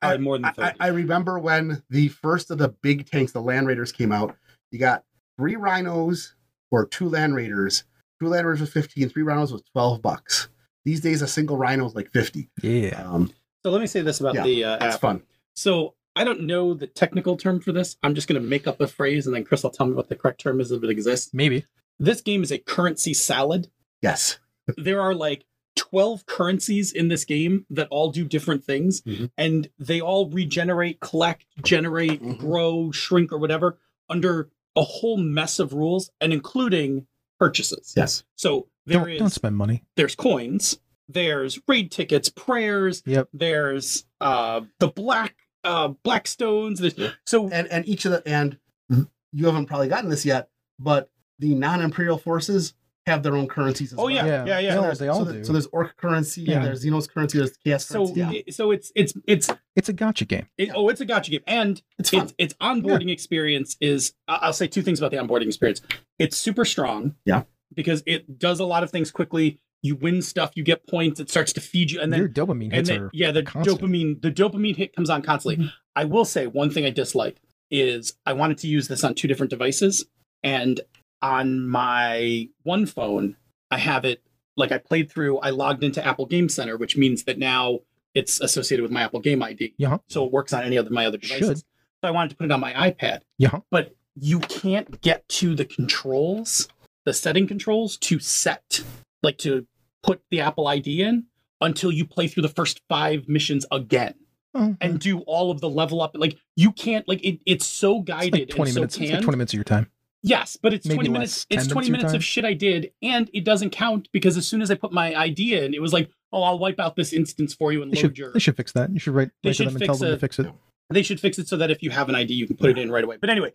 Probably Uh, more than I, thirty. I I remember when the first of the big tanks, the Land Raiders, came out. You got three rhinos or two Land Raiders. Two Land Raiders was 15, three rhinos was 12 bucks. These days, a single rhino is like 50. yeah. Um, so let me say this about Yeah, the uh, it's app. fun. So I don't know the technical term for this. I'm just going to make up a phrase, and then Chris will tell me what the correct term is if it exists. Maybe. This game is a currency salad. Yes. there are like 12 currencies in this game that all do different things Mm-hmm. Mhm. and they all regenerate collect generate Mhm. grow shrink or whatever under a whole mess of rules and including purchases Yes. so Don't, there don't is- spend money. there's coins there's raid tickets prayers Yep. there's uh the black uh black stones there's, so And, and each of the, and Mm-hmm. you haven't probably gotten this yet, but the non Imperial forces have their own currencies as oh well. yeah yeah Yeah. yeah, They all- there's- all so there- do. so there's orc currency, Yeah. there's Xenos currency, there's chaos so currency. so it's it's it's It's a gotcha game. it, Yeah. oh it's a gotcha game and It's fun. it's its onboarding experience is I- I'll say two things about the onboarding experience. It's super strong. Yeah. Because it does a lot of things quickly. You win stuff, you get points, it starts to feed you and then Your dopamine and hits then are yeah, the constant. Mm-hmm. dopamine the dopamine hit comes on constantly. I will say one thing I dislike is I wanted to use this on two different devices and on my one phone I have it like I played through I logged into Apple Game Center, which means that now it's associated with my Apple Game ID. Yeah. So it works on any of my other Should. devices. So I wanted to put it on my iPad. Yeah. But you can't get to the controls, the setting controls to set, like to put the Apple ID in until you play through the first five missions again Oh, and do all of the level up. Like you can't like it, it's so it's guided like 20 and minutes. so It's canned. like 20 minutes of your time. Yes, but it's Maybe 20 less, minutes 10 it's 20 minutes of minutes time. of shit I did and it doesn't count because as soon as I put my ID in it was like, "Oh, I'll wipe out this instance for you and They load should, your they should fix that. You should write, They write should to them and tell fix a- them to fix it. they should fix it so that if you have an ID you can put it in right away." But anyway,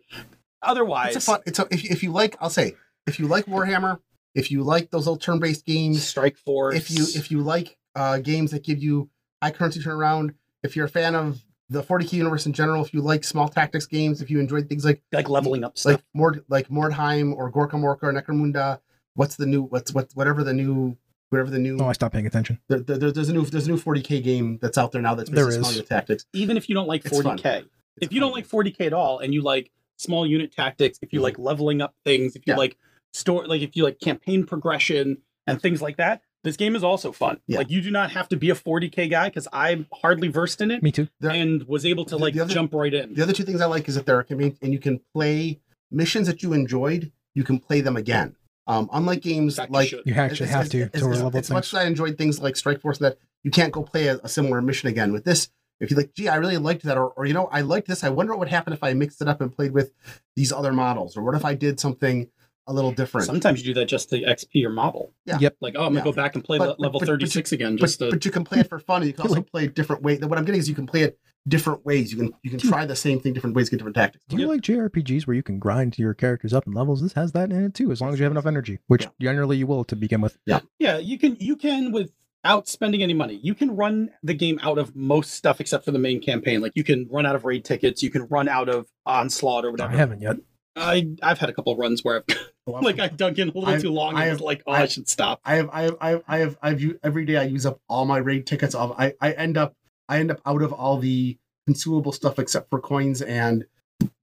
otherwise it's a fun. It's a, if if you like, I'll say if you like Warhammer, if you like those old turn-based games, Strike Force. if you if you like uh, games that give you high currency turnaround, if you're a fan of the 40k universe in general, if you like small tactics games, if you enjoyed things like like leveling up stuff. like Mord like Mordheim or Gorka Morka or Necromunda, what's the new what's what whatever the new whatever the new Oh, I stopped paying attention. there, there- there's a new there's a new 40k game that's out there now that's There basically is. small unit tactics. Even if you don't like It's fun. 40k, if It's you fun. don't like 40k at all, and you like small unit tactics, if you like leveling up things, if you Yeah. like store, like if you like campaign progression and things like that, this game is also fun. Yeah. Like you do not have to be a 40k guy because I'm hardly versed in it Me too. There- and was able to the- like the other- jump right in. The other two things I like is that they're convenient and you can play missions that you enjoyed, you can play them again. Um, unlike In games fact, you like should. You actually as- have as- to as- to as- level up as much as things. I enjoyed things like Strike Force, and that you can't go play a, a similar mission again with this. If you like, gee, I really liked that, or, or you know, I liked this. I wonder what would happen if I mixed it up and played with these other models, or what if I did something a little different. Sometimes you do that just to XP your model. Yeah. Yep. Like oh, I'm gonna Yeah. go back and play But- le- but- level but- but you- 36 again but, just to. but you can play it for fun, and you can also play it different ways. What I'm getting is you can play it different ways. You can you can Dude. try the same thing different ways, get different tactics. Do you Yeah. like JRPGs where you can grind your characters up in levels? This has that in it too, as long as you have enough energy, which Yeah. generally you will to begin with. yeah, you can you can with out spending any money. You can run the game out of most stuff except for the main campaign. Like you can run out of raid tickets, you can run out of onslaught or I whatever. haven't yet. I I've had a couple runs where I've like I dug in a little I've- too long and I've- was like, oh, I I've- should stop. I have I have I have I have I've u- every day I use up all my raid tickets. Of I I end up I end up out of all the consumable stuff except for coins and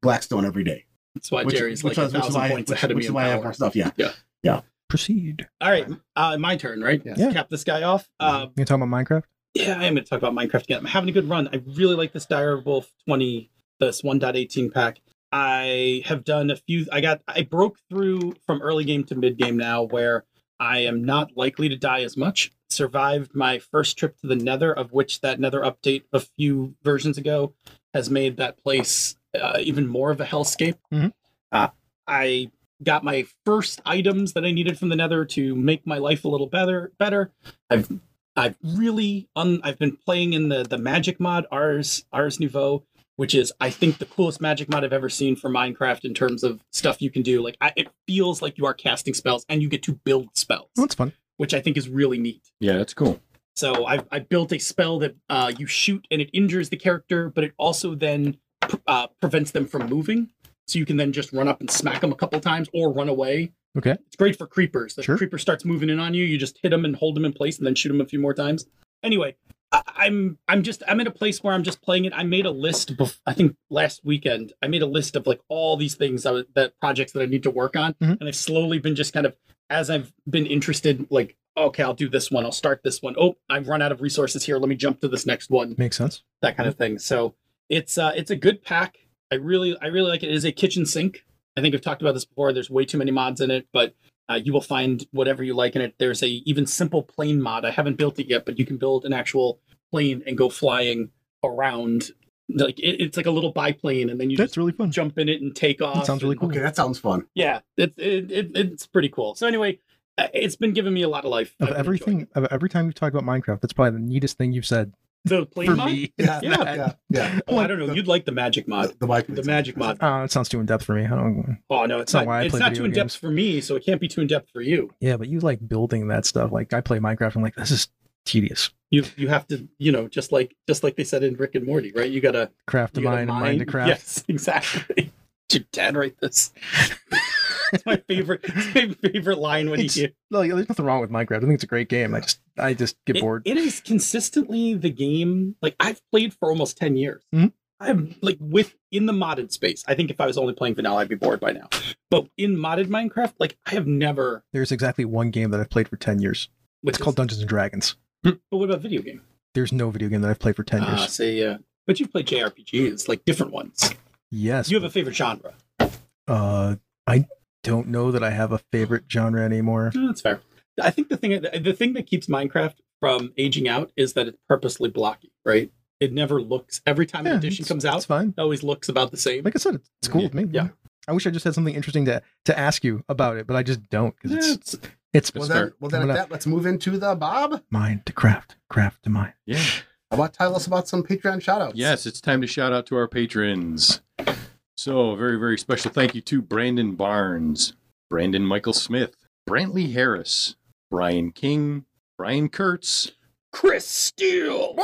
Blackstone every day. That's why Jerry's like a is- is thousand why- points which- ahead of which me. is in why I have power. more stuff. Yeah. Proceed. All right, uh, my turn, right? Yes. Yeah. Cap this guy off. Uh, You talking about Minecraft? yeah, I am going to talk about Minecraft again. I'm having a good run. I really like this Dire Wolf 20, this 1.18 pack. I have done a few. I got. I broke through from early game to mid game now, where I am not likely to die as much. Survived my first trip to the Nether, of which that Nether update a few versions ago has made that place uh, even more of a hellscape. Mhm. Uh, I got my first items that I needed from the Nether to make my life a little better. Better. I've I've really un, I've been playing in the the Magic mod Ars Ars Nouveau, which is I think the coolest Magic mod I've ever seen for Minecraft in terms of stuff you can do. Like I, it feels like you are casting spells and you get to build spells, Well, that's fun. which I think is really neat. Yeah, that's cool. So I, I built a spell that uh, you shoot and it injures the character, but it also then pr- uh, prevents them from moving. So you can then just run up and smack them a couple times or run away. Okay. It's great for creepers. The Sure. creeper starts moving in on you. You just hit them and hold them in place and then shoot them a few more times. Anyway, I, I'm I'm just I'm in a place where I'm just playing it. I made a list. Bef- I think last weekend I made a list of like all these things I, was- that projects that I need to work on, Mhm. and I've slowly been just kind of as I've been interested, like okay, I'll do this one. I'll start this one. Oh, I've run out of resources here. Let me jump to this next one. Makes sense. That kind of thing. So it's uh, it's a good pack. I really I really like it. It is a kitchen sink. I think I've talked about this before. There's way too many mods in it, but uh, you will find whatever you like in it. There's a even simple plane mod. I haven't built it yet, but you can build an actual plane and go flying around. Like it, it's like a little biplane, and then you That's just really fun. jump in it and take off. That sounds really and- cool. Okay, that sounds fun. yeah, it, it, it, it's pretty cool. So anyway, uh, it's been giving me a lot of life. Of I've been enjoying everything, it. of every time you talk about Minecraft, that's probably the neatest thing you've said the plane for mod. me. Yeah, Yeah. yeah, yeah. Oh, I don't know. You'd like the magic mod, The mic. the magic mod. Uh, it sounds too in depth for me. I don't. Oh no, it's That's not not. why I it's play not video too in games. depth for me, so it can't be too in depth for you. Yeah, but you like building that stuff. Like I play Minecraft. I'm like, this is tedious. You you have to you know just like just like they said in Rick and Morty, right? You gotta Craft to you gotta mine, and mine to craft. Yes, exactly. Did your dad write this? it's my favorite. It's my favorite line when It's- he. Like, there's nothing wrong with Minecraft. I think it's a great game. I just, I just get It- bored. it is consistently the game. Like I've played for almost ten years. Mhm. I'm like with in the modded space. I think if I was only playing vanilla, I'd be bored by now. But in modded Minecraft, like I have never. There's exactly one game that I've played for ten years. Which It's called Dungeons and Dragons. But what about video game? There's no video game that I've played for ten Ah, years. say, uh, but you play JRPGs, like different ones. Yes. You have a favorite genre. uh, I don't know that I have a favorite genre anymore. No, that's fair. I think the thing the thing that keeps Minecraft from aging out is that it's purposely blocky, right? It never looks. Every time an edition it's- comes It's out, fine. it always looks about the same. Like I said, it's it's cool Yeah. with me. Yeah. I wish I just had something interesting to to ask you about it, but I just don't because Yeah, it's it's- it's That's Well fair. then, well then, I'm at gonna- that, let's move into the Bob. How mine to craft, craft to mine. Yeah. about tell us about some Patreon shoutouts? Yes, it's time to shout out to our patrons. So, a very, very special thank you to Brandon Barnes, Brandon Michael Smith, Brantley Harris, Brian King, Brian Kurtz, Chris Steele.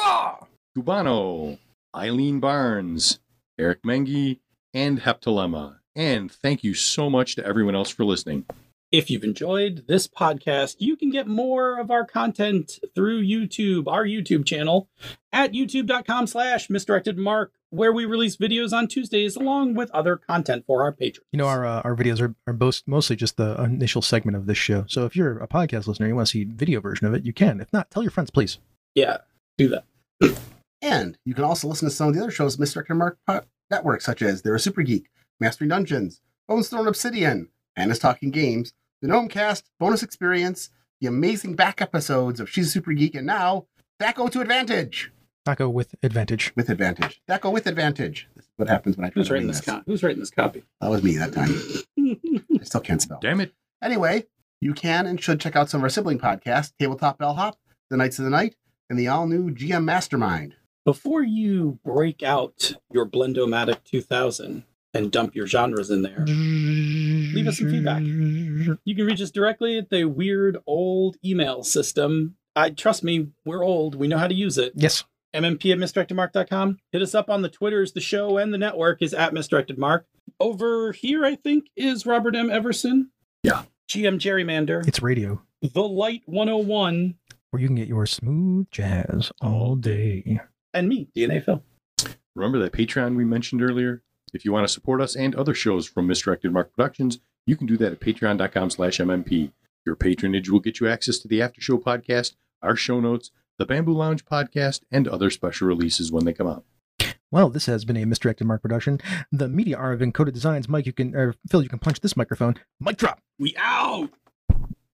Cubano, Eileen Barnes, Eric Mengi, and Heptalema. And thank you so much to everyone else for listening. If you've enjoyed this podcast, you can get more of our content through YouTube, our YouTube channel at youtube.com slash misdirected mark, where we release videos on Tuesdays along with other content for our patrons. You know, our uh, our videos are, are most, mostly just the initial segment of this show. So if you're a podcast listener, you want to see video version of it, you can. If not, tell your friends, please. Yeah, do that. And you can also listen to some of the other shows Misdirected Mark Po- Network, such as They're a Super Geek, Mastering Dungeons, Bones Thrown Obsidian, Anna's Talking Games, The Gnome Cast, Bonus Experience, the amazing back episodes of She's a Super Geek, and now Thaco to Advantage. Taco with advantage. With Advantage. Thaco with Advantage. This is what happens when I try Who's to writing read this copy? Who's writing this copy? That was me that time. I still can't spell. Damn it. Anyway, you can and should check out some of our sibling podcasts, Tabletop Bellhop, The Knights of the Night, and the all-new GM Mastermind. Before you break out your Blendomatic 2000 and dump your genres in there, Leave us some feedback. you can reach us directly at the weird old email system I trust me, we're old. We know how to use it. Yes. MMP at misdirectedmark.com. Hit us up on the Twitters. The show and the network is at misdirectedmark. Over here, I think, is Robert M. Everson. Yeah. GM Gerrymander. It's radio the Light 101. where you can get your smooth jazz all day. And me, DNA Phil. Remember that Patreon we mentioned earlier? If you want to support us and other shows from Misdirected Mark Productions, you can do that at patreon.com slash MMP. Your patronage will get you access to the after show podcast, our show notes, the Bamboo Lounge podcast, and other special releases when they come out. Well, this has been a misdirected mark production. The media are of encoded designs. Mike, you can or Phil, you can punch this microphone. Mic drop. We out.